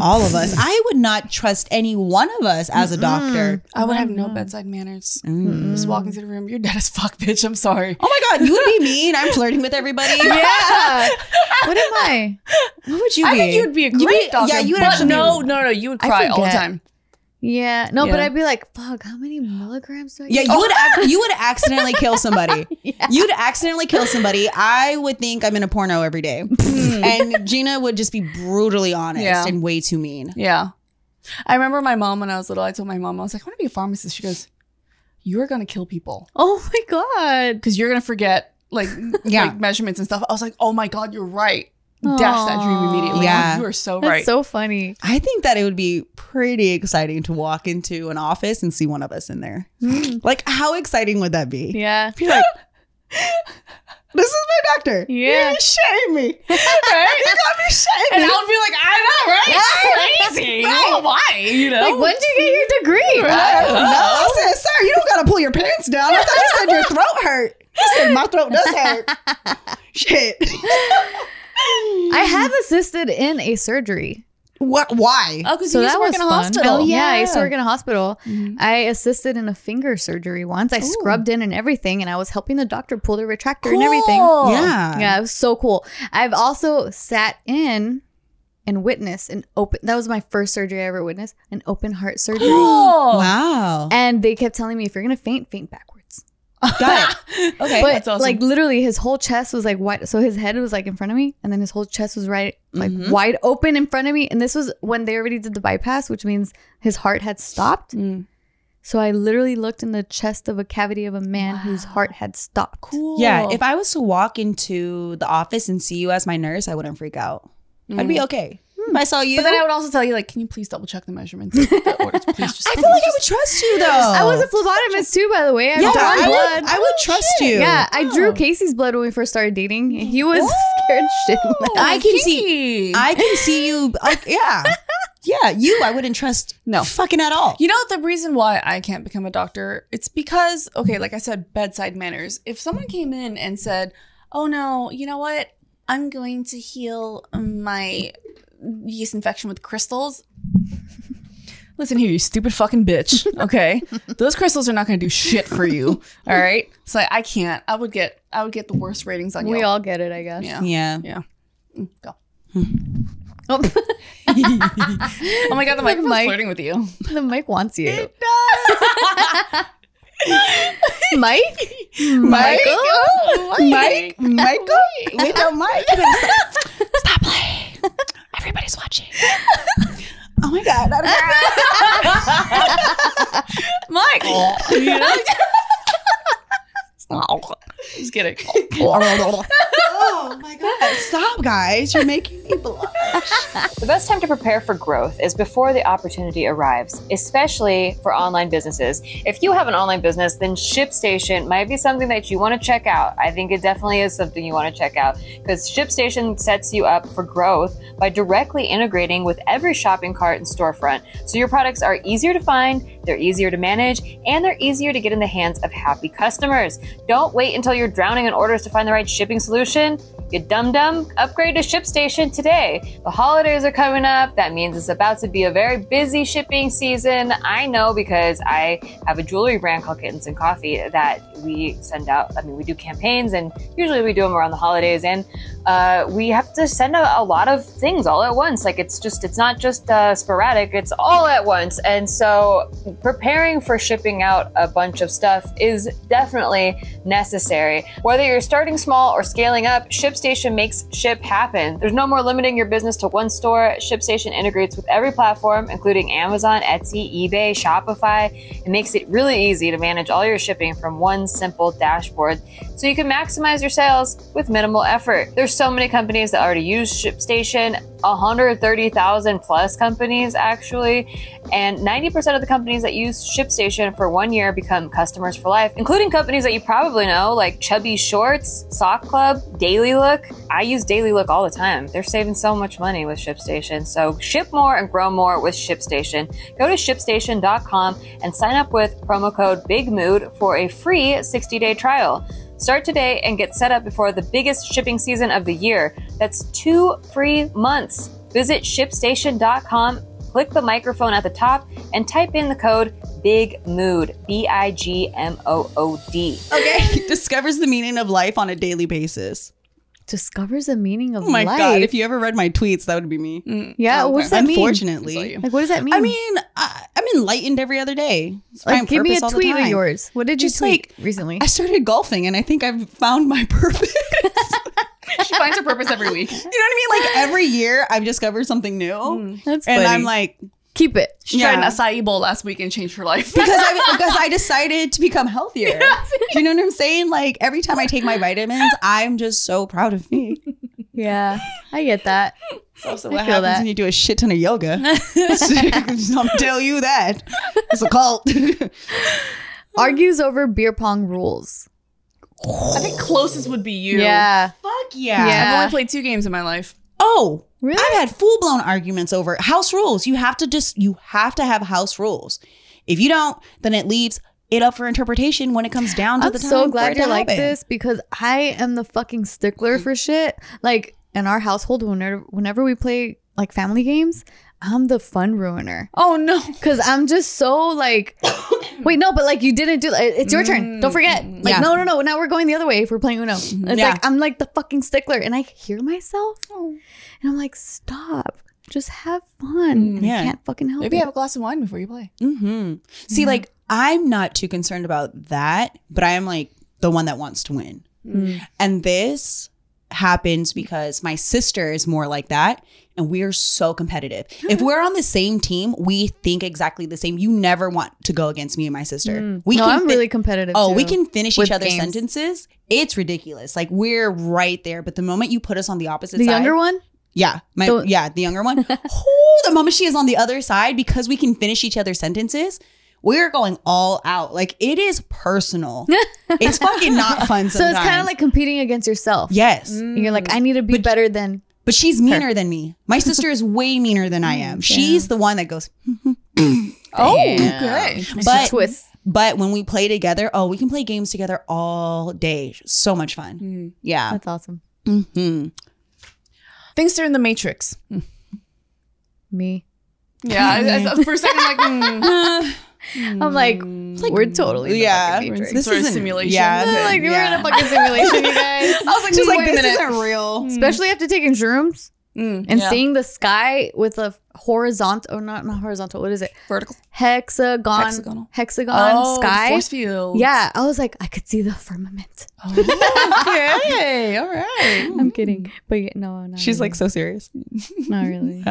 All of us. I would not trust any one of us as a doctor. I would have no bedside manners. Just walk into the room. You're dead as fuck, bitch. I'm sorry. Oh my god, you would be mean. I'm flirting with everybody. Yeah. what am I? What would you I be? think you'd be a You'd be- great doctor. Yeah, you would but actually be- no, no, no. You would I cry all the forget. time. Yeah. No, but Yeah. I'd be like, fuck, how many milligrams do I Yeah, get? you would ac- you would accidentally kill somebody. You'd accidentally kill somebody. I would think I'm in a porno every day, and Gina would just be brutally honest Hmm. Yeah. and way too mean. Yeah. I remember my mom when I was little, I told my mom, I was like, I want to be a pharmacist. She goes, You're going to kill people Oh my God. because you're going to forget like, Yeah. like measurements and stuff. I was like, Oh my God, you're right. Dash that dream immediately. Yeah. You are so That's right. so funny. I think that it would be pretty exciting to walk into an office and see one of us in there. Like, how exciting would that be? Hmm. Yeah. Be like, this is my doctor. Yeah. You're shitting me. Right? You got me shitting and I me. would be like, I know, right? Crazy. Oh, why? You know? Like, when did you get your degree? I don't know. I said, sir, you don't gotta pull your pants down. I thought you said your throat hurt. I said, my throat does hurt. Shit. I have assisted in a surgery. What? Why? Oh, because So you that used to was work in a fun. hospital. Mm-hmm. Oh, yeah. I used to yeah. work in a hospital. I assisted in a finger surgery once. I scrubbed in and everything, and I was helping the doctor pull the retractor and everything. Cool. Oh. Yeah, it was so cool. I've also sat in and witnessed an open. That was my first surgery I ever witnessed, an open heart surgery. Cool. Wow. and they kept telling me, if you're gonna faint, faint backwards. Got it. Okay. but that's awesome. like literally, his whole chest was like wide. So his head was like in front of me, and then his whole chest was right like Mm-hmm. wide open in front of me. And this was when they already did the bypass, which means his heart had stopped. Mm. So I literally looked in the chest of a cavity of a man whose heart had stopped. Cool. yeah. Oh. If I was to walk into the office and see you as my nurse, I wouldn't freak out. I'd Mm. be okay. If I saw you, But then I would also tell you, like, can you please double check the measurements? of the orders, please? Just I feel like I would trust you though. I was a phlebotomist too, by the way. I yeah, yeah, I would- blood. I would trust you. Yeah, I Oh. drew Casey's blood when we first started dating. He was scared shitless. I Oh, can see. see. I can see you. Like, yeah. Yeah. You, I wouldn't trust. No. Fucking at all. You know the reason why I can't become a doctor? It's because okay, like I said, bedside manners. If someone came in and said, "Oh no, you know what? I'm going to heal my yeast infection with crystals." Listen here, you stupid fucking bitch. Okay, those crystals are not going to do shit for you. All right, so I, I can't. I would get. I would get the worst ratings on We Yelp. all get it, I guess. Yeah. yeah. Yeah. Mm, Go. Oh, Oh my god, the microphone's mic. flirting with you. the mic wants you. Mike? Mike? Michael? Mike? Michael? Wait, no, Mike. Stop, stop playing. Everybody's watching. Oh my God. I don't- Michael. You know? Just kidding. Oh my God. Stop, guys. You're making me blush. The best time to prepare for growth is before the opportunity arrives, especially for online businesses. If you have an online business, then ShipStation might be something that you want to check out. I think it definitely is something you want to check out because ShipStation sets you up for growth by directly integrating with every shopping cart and storefront. So your products are easier to find, they're easier to manage, and they're easier to get in the hands of happy customers. Don't wait until you're drowning in orders to find the right shipping solution. You dum dum, upgrade to ShipStation today. The holidays are coming up. That means it's about to be a very busy shipping season. I know because I have a jewelry brand called Kittens and Coffee that we send out. I mean, we do campaigns and usually we do them around the holidays. And uh, we have to send out a lot of things all at once. Like it's just, it's not just uh, sporadic, it's all at once. And so preparing for shipping out a bunch of stuff is definitely necessary. Whether you're starting small or scaling up, ShipStation makes ship happen. There's no more limiting your business to one store. ShipStation integrates with every platform, including Amazon, Etsy, eBay, Shopify. It makes it really easy to manage all your shipping from one simple dashboard so you can maximize your sales with minimal effort. There's so many companies that already use ShipStation. 130,000 plus companies actually, and 90% of the companies that use ShipStation for one year become customers for life, including companies that you probably know like Chubby Shorts, Sock Club, Daily Look. I use Daily Look all the time. They're saving so much money with ShipStation. So ship more and grow more with ShipStation. Go to shipstation.com and sign up with promo code BIGMOOD for a free 60 day trial. Start today and get set up before the biggest shipping season of the year. That's two free months. Visit shipstation.com, click the microphone at the top, and type in the code Big Mood, B I G M O O D. Okay. Discovers the meaning of life on a daily basis. Discovers the meaning of Oh my life. God. If you ever read my tweets, that would be me. Mm. yeah, Oh, what does okay. that mean? Unfortunately. I saw you. Like, what does that mean? I mean, I, I'm enlightened every other day. It's my like, give me purpose a all the tweet of time. yours. What did you Just, tweet like, recently? I started golfing and I think I've found my purpose. you know she finds her purpose every week. what I mean? Like every year I've discovered something new. Hmm. That's And funny. I'm like, keep it. She Yeah. tried an acai bowl last week and changed her life. because I because I decided to become healthier. You know what I'm saying? Like every time I take my vitamins, I'm just so proud of me. Yeah, I get that. So, so I what feel happens that. when you do a shit ton of yoga? I'll tell you that. It's a cult. Argues over beer pong rules. I think closest would be you. Yeah. Fuck yeah. Yeah. I've only played two games in my life. Oh, Really? I've had full blown arguments over house rules. You have to just you have to have house rules. If you don't, then it leaves it up for interpretation when it comes down to I'm the time. so for glad it you're to like happen. this because I am the fucking stickler for shit. Like in our household, whenever whenever we play like family games, I'm the fun ruiner Oh no. because I'm just so like, wait, no, but like you didn't do. it- It's your turn. Don't forget. Like Yeah. no, no, no. Now we're going the other way if we're playing Uno. It's Yeah. like I'm like the fucking stickler, and I hear myself, and I'm like, stop. Just have fun. And Yeah. I can't fucking help Maybe it. have a glass of wine before you play. hmm Mm-hmm. See, like I'm not too concerned about that, but I am like the one that wants to win. Mm. And this happens because my sister is more like that. And we are so competitive. If we're on the same team, we think exactly the same. You never want to go against me and my sister. We Mm. no, I'm fi- really competitive. Oh, we too. can finish with each other's games. sentences. It's ridiculous. Like we're right there, but the moment you put us on the opposite The side, younger one. yeah, my The- yeah, the younger one. Ooh, the moment she is on the other side, because we can finish each other's sentences, we're going all out. Like it is personal. it's fucking not fun. Sometimes. So it's kind of like Mm. competing against yourself. yes, Mm. You're like, I need to be better than. but she's meaner than me. My sister is way meaner than I am. She's the one that goes. Oh, okay. But twist. but when we play together, oh, we can play games together all day. So much fun. Mm. Yeah. That's awesome. hmm Things are in the Matrix. Me. Yeah, I, I, for a second, I'm like, mm, I'm like, we're totally. in the yeah, fucking Matrix. This is isn't- Yeah, yeah, okay. Like, we're in yeah. a fucking simulation, you guys. I was like, she's Wait like, a this minute. isn't real. Especially after taking shrooms mm, and yeah. seeing the sky with a horizontal, or not, not horizontal, what is it? vertical Hexagon. Hexagonal. hexagon Oh, the sky. force field. Oh, Yeah, I was like, I could see the firmament. okay, all right. Mm. I'm kidding, but yeah, no, no. She's like so serious. not really.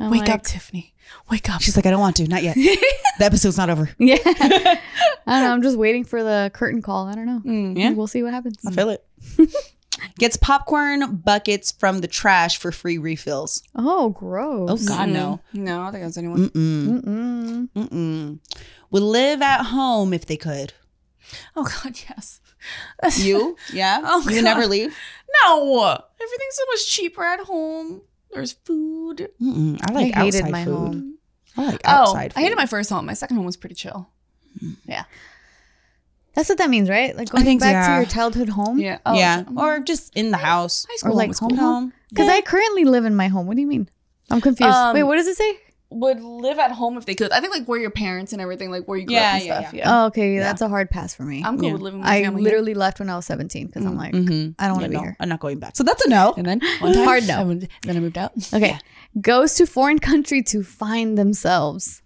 I'm Wake like- up, Tiffany. Wake up. She's like, I don't want to, not yet. the episode's not over. Yeah, I don't know. I'm just waiting for the curtain call. I don't know. Mm. yeah. Mm-hmm. we'll see what happens. I feel it. Gets popcorn buckets from the trash for free refills. Oh, gross. God, no. No, I don't think that's anyone. Mm-mm. Mm-mm. Mm-mm. Would live at home if they could. Oh God, yes. You? Yeah. Oh, you God. never leave. No, everything's so much cheaper at home. There's food. Mm-mm. I I like hated outside my food. home. I like Oh, outside. I hated food. my first home. My second home was pretty chill. That's what that means, right? Like going think so, back yeah. to your childhood home. Yeah. Oh, yeah, so- or just in the house. high school Or like was home cool. home. Because I currently live in my home. What do you mean? I'm confused. Um, Wait, what does it say? would live at home if they could. I think like where your parents and everything, like where you grew Yeah, up and yeah, stuff. Yeah. Oh, okay, that's a hard pass for me. I'm cool Yeah. with living with my I family. Mm, mm-hmm. literally left when I was 17 because I'm like, Mhm. I don't want to Yeah, be no, here. I'm not going back. So that's a no. And then one time, Hard no. I went- then I moved out. Okay. Goes to foreign country to find themselves.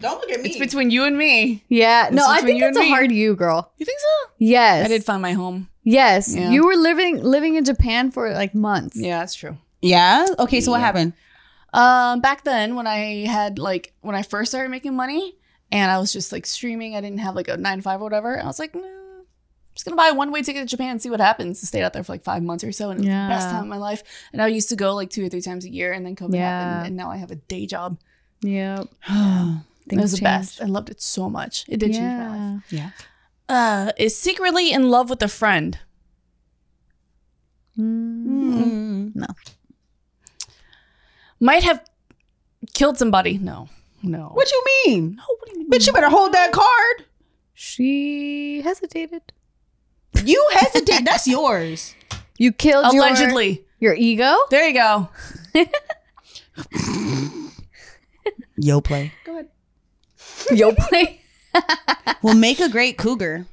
Don't look at me. It's between you and me. Yeah. This no, is I when think you that's and a me. hard you, girl. You think so? Yes. I did find my home. yes. Yeah. You were living living in Japan for like months. Yeah, that's true. yeah. Okay. So what happened? Um, back then when I had like when I first started making money and I was just like streaming, I didn't have like a nine to five or whatever. I was like, no, just gonna buy a one way ticket to Japan and see what happens. I stayed out there for like five months or so, and it was the best Yeah. time of my life. And I used to go like two or three times a year, and then COVID Yeah. happened, and now I have a day job. Yeah. it was the best. I loved it so much. It did change my life. yeah. Uh, is secretly in love with a friend. Mm-hmm. Mm. Might have killed somebody. No, no. What you mean? No, what do you mean? Bitch, you better hold that card. She hesitated. You hesitate. That's yours. You killed your- Allegedly. your, ego. There you go. Yo play. Yo play. Will make a great cougar.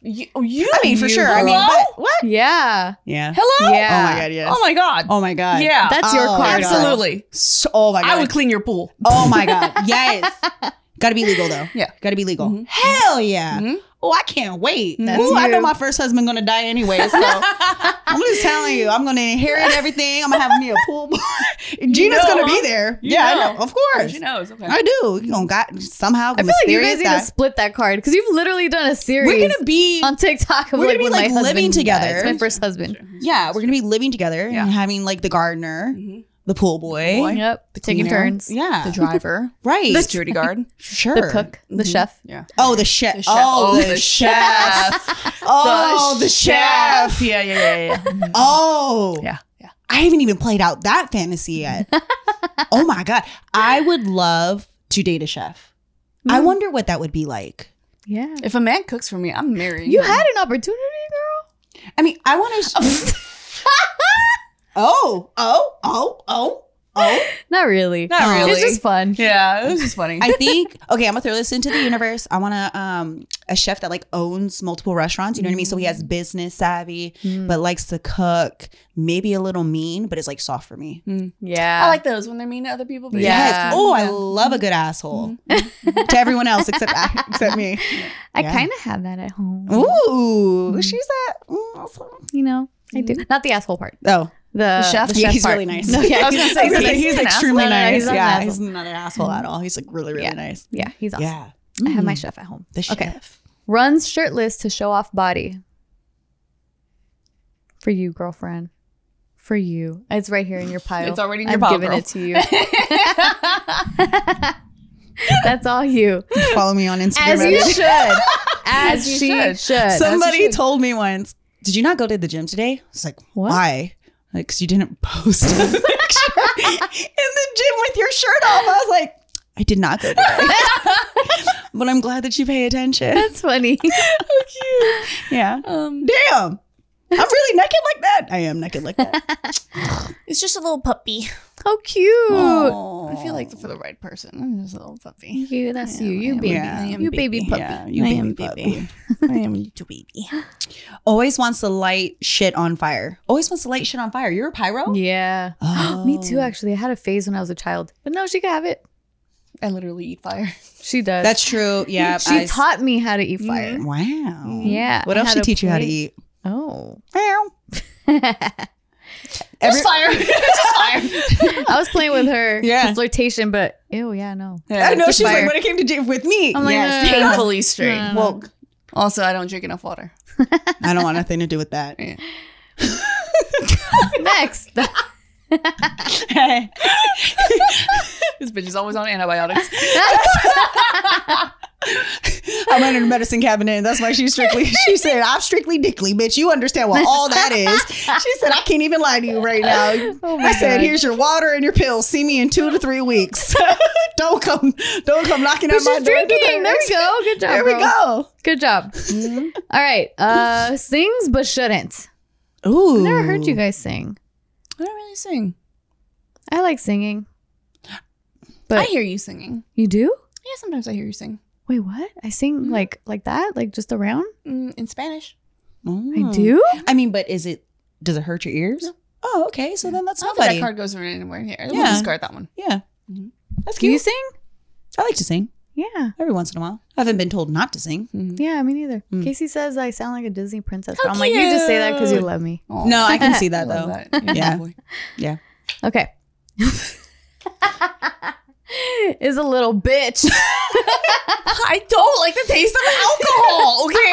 You, oh, you I mean, for you sure. I mean, girl. but- what? Yeah. Yeah. hello. Yeah. Oh my god. Yes. Oh my god. Oh my god. Yeah. That's your Oh, God. card. Absolutely. So- oh my god. I would clean your pool. oh my god. Yes. Got to be legal though. Yeah. Got to be legal. Hell yeah. Mhm. Oh, I can't wait. That's Mm-hmm. Ooh, I know you. my first husband gonna die anyway. So I'm just telling you, I'm gonna inherit everything. I'm gonna have me a pool boy. Gina's know, gonna huh? be there. You yeah, I know. know. Of course. She knows. Okay. I do. You gonna got somehow. I feel like you guys mysterious need guy- to split that card because you've literally done a series We're gonna be on TikTok of we're gonna like be, when like, my husband living together. dies, my first husband. yeah. We're gonna be living together Yeah. and having like the gardener, Mhm. the pool boy, Boy. Yep. Taking you know? turns. Yeah, The driver, right. the security guard, sure. The cook, the Mhm. chef. yeah, Oh, the chef. The chef. Oh, Oh, the, the chef. oh, the chef. Yeah, yeah, yeah, yeah. Mhm. Oh, yeah, yeah. I haven't even played out that fantasy yet. oh my god, I would love to date a chef. I Mm. wonder what that would be like. Yeah. If a man cooks for me, I'm marrying. You him. had an opportunity, I mean, I want to. oh, oh, oh, oh, oh. girl. Not really. Not really. It's just fun. Yeah, it was just funny. I think okay, I'm gonna throw this into the universe. I want to um a chef that like owns multiple restaurants. You know what I mean? So he has business savvy, Mm. but likes to cook. Maybe a little mean, but it's like soft for me. yeah. I like those when they're mean to other people. But Yeah. Mm-hmm. Yes. Oh, I love a good asshole to everyone else except except me. I Yeah. kind of have that at home. Ooh, Mm-hmm. she's that. mm, awesome. You know, I do. Mm. Not the asshole part. Oh, The, The chef? The Yeah, he's part. really nice. No, I yeah. was gonna say, I was gonna say, he's he's, an extremely asshole. No, no, no, nice. he's not an yeah, he's asshole. Mm-hmm. not an asshole at all. He's like really, really Yeah. nice. Yeah, he's awesome. Yeah, I have my Mm. chef at home. The Okay. chef. Runs shirtless to show off body. For you, girlfriend. For you. It's right here in your pile. It's already in your I'm pile, giving girl. it to you. That's all you. Follow me on Instagram. As you should. As, you she should. should. Somebody told me once, "Did you not go to the gym today?" I was like, What? "Why?" Like, because you didn't post a picture in the gym with your shirt off. I was like, "I did not go today," but I'm glad that you pay attention. That's funny. Yeah. Um, Damn. I'm really naked like that. I am naked like that. it's just a little puppy. How cute. I feel like for the right person, I'm just a little puppy. You, that's you. You I am baby. Yeah. I am You baby puppy. Yeah, you I baby am puppy. baby. I am little baby. Always wants to light shit on fire. Always wants to light shit on fire. You're a pyro? Yeah. me too, Oh. actually. I had a phase when I was a child. But no, she can have it. I literally eat fire. She does. That's true. Yeah. she I- taught me how to eat fire. Wow. Yeah. What I else had she a teach you how to plate. eat? Oh. Meow. I Every- Just fire. Just fire. was playing with her Yeah. the flirtation, but ew, yeah, no. I know Just she's fire. like when it came to gym with me. I'm like, yes. uh, Painfully straight. No, no, no. Well, Also, I don't drink enough water. "Uh." I don't want nothing to do with that. Yeah. Next. This bitch is always on antibiotics. I'm under the medicine cabinet, and that's why she's strictly. She said, "I'm strictly dickly, bitch. You understand what all that is?" She said, "I can't even lie to you right now." Oh my I said, God. "Here's your water and your pills. See me in two to three weeks. don't come, don't come knocking But at my she's door." drinking. There we go. Good job. There we girl. go. Mm-hmm. Good job. All right. Uh sings but shouldn't. Ooh, I've never heard you guys sing. I don't really sing. I like singing. I But- hear you singing. You do? Yeah, sometimes I hear you sing. Wait, what? I sing Mm-hmm. Mhm. like like that? Like just around? Mm, in Spanish. Hmm. Mm. I do? I mean, but is it? Does it hurt your ears? No. Oh, okay. So then that's I don't think not that funny. card goes around anywhere here. We'll Yeah. discard that one. Yeah, Mhm. that's Do you cute. sing? I like to sing Yeah. every once in a while. I haven't been told not to sing. Yeah, me neither. Mm. Casey says I sound like a Disney princess. How but I'm like, you just say that because you cute. love me. Aw. No, I can see I that Oh, love though. that. You're Yeah. lovely. Okay. Is a little bitch. I don't like the taste of alcohol, okay?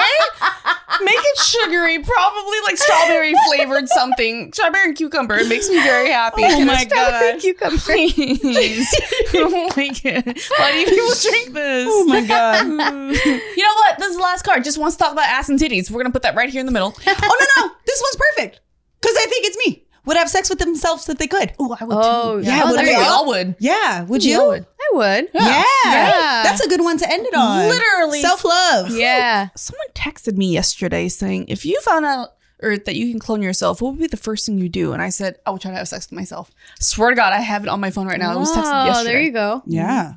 Make it sugary, probably like strawberry flavored something. Strawberry and cucumber. It makes me very happy. Oh my god. Cucumber. Please. oh my god. Why do you people drink this? Oh my god. You know what? This is the last card. Just wants to talk about ass and titties. We're gonna put that right here in the middle. oh no no, this one's perfect because I think it's me. Would have sex with themselves if they could. Oh, I would Oh, Yeah, oh, would there we you We go. all would. Yeah, would you? I would. Yeah. Yeah. That's a good one to end it on. Literally. Self love. Yeah. Someone texted me yesterday saying, if you found out or that you can clone yourself, what would be the first thing you do? And I said, I would try to have sex with myself. Swear to God, I have it on my phone right now. It was texted Oh, yesterday. there you go. Yeah.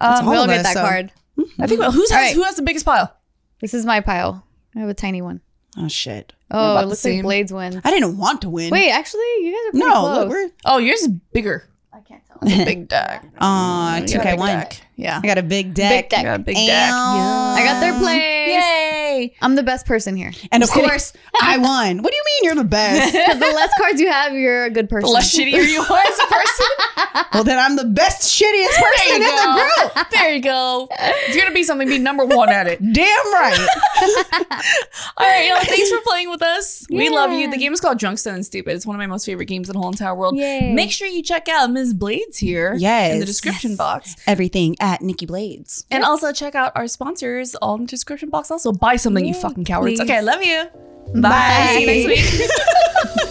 Um, We'll of get us, that so- card. Hmm. I think well, who's has, All right. who has the biggest pile? This is my pile. I have a tiny one. Oh, shit. about Oh, it the looks same. like Blades wins. I didn't want to win. Wait, actually, you guys are pretty No, close. look, we're. Oh, yours is bigger. I can't tell. It's a big deck. Aw, I You took got a I big won. deck. Yeah. I got a big deck. Big deck. You got a big And- deck. I got third place. Um, Yay. I'm the best person here. And of course, I won. What do you mean you're the best? 'Cause the less cards you have, you're a good The person. less shittier you are as a person, well, then I'm the best, shittiest there person in you the group. go. There you go. If you're gonna be something, be number one at it. Damn right. All right, y'all. Thanks for playing with us. We Yeah. love you. The game is called Drunk Stone Stupid. It's one of my most favorite games in the whole entire world. Yay. Make sure you check out Ms. Blades here. Yes. In the description box. Everything at Nikki Blades. And also check out our sponsors all in the description box. Also, buy something, you fucking cowards. please. Okay, I love you. Bye. See you next week.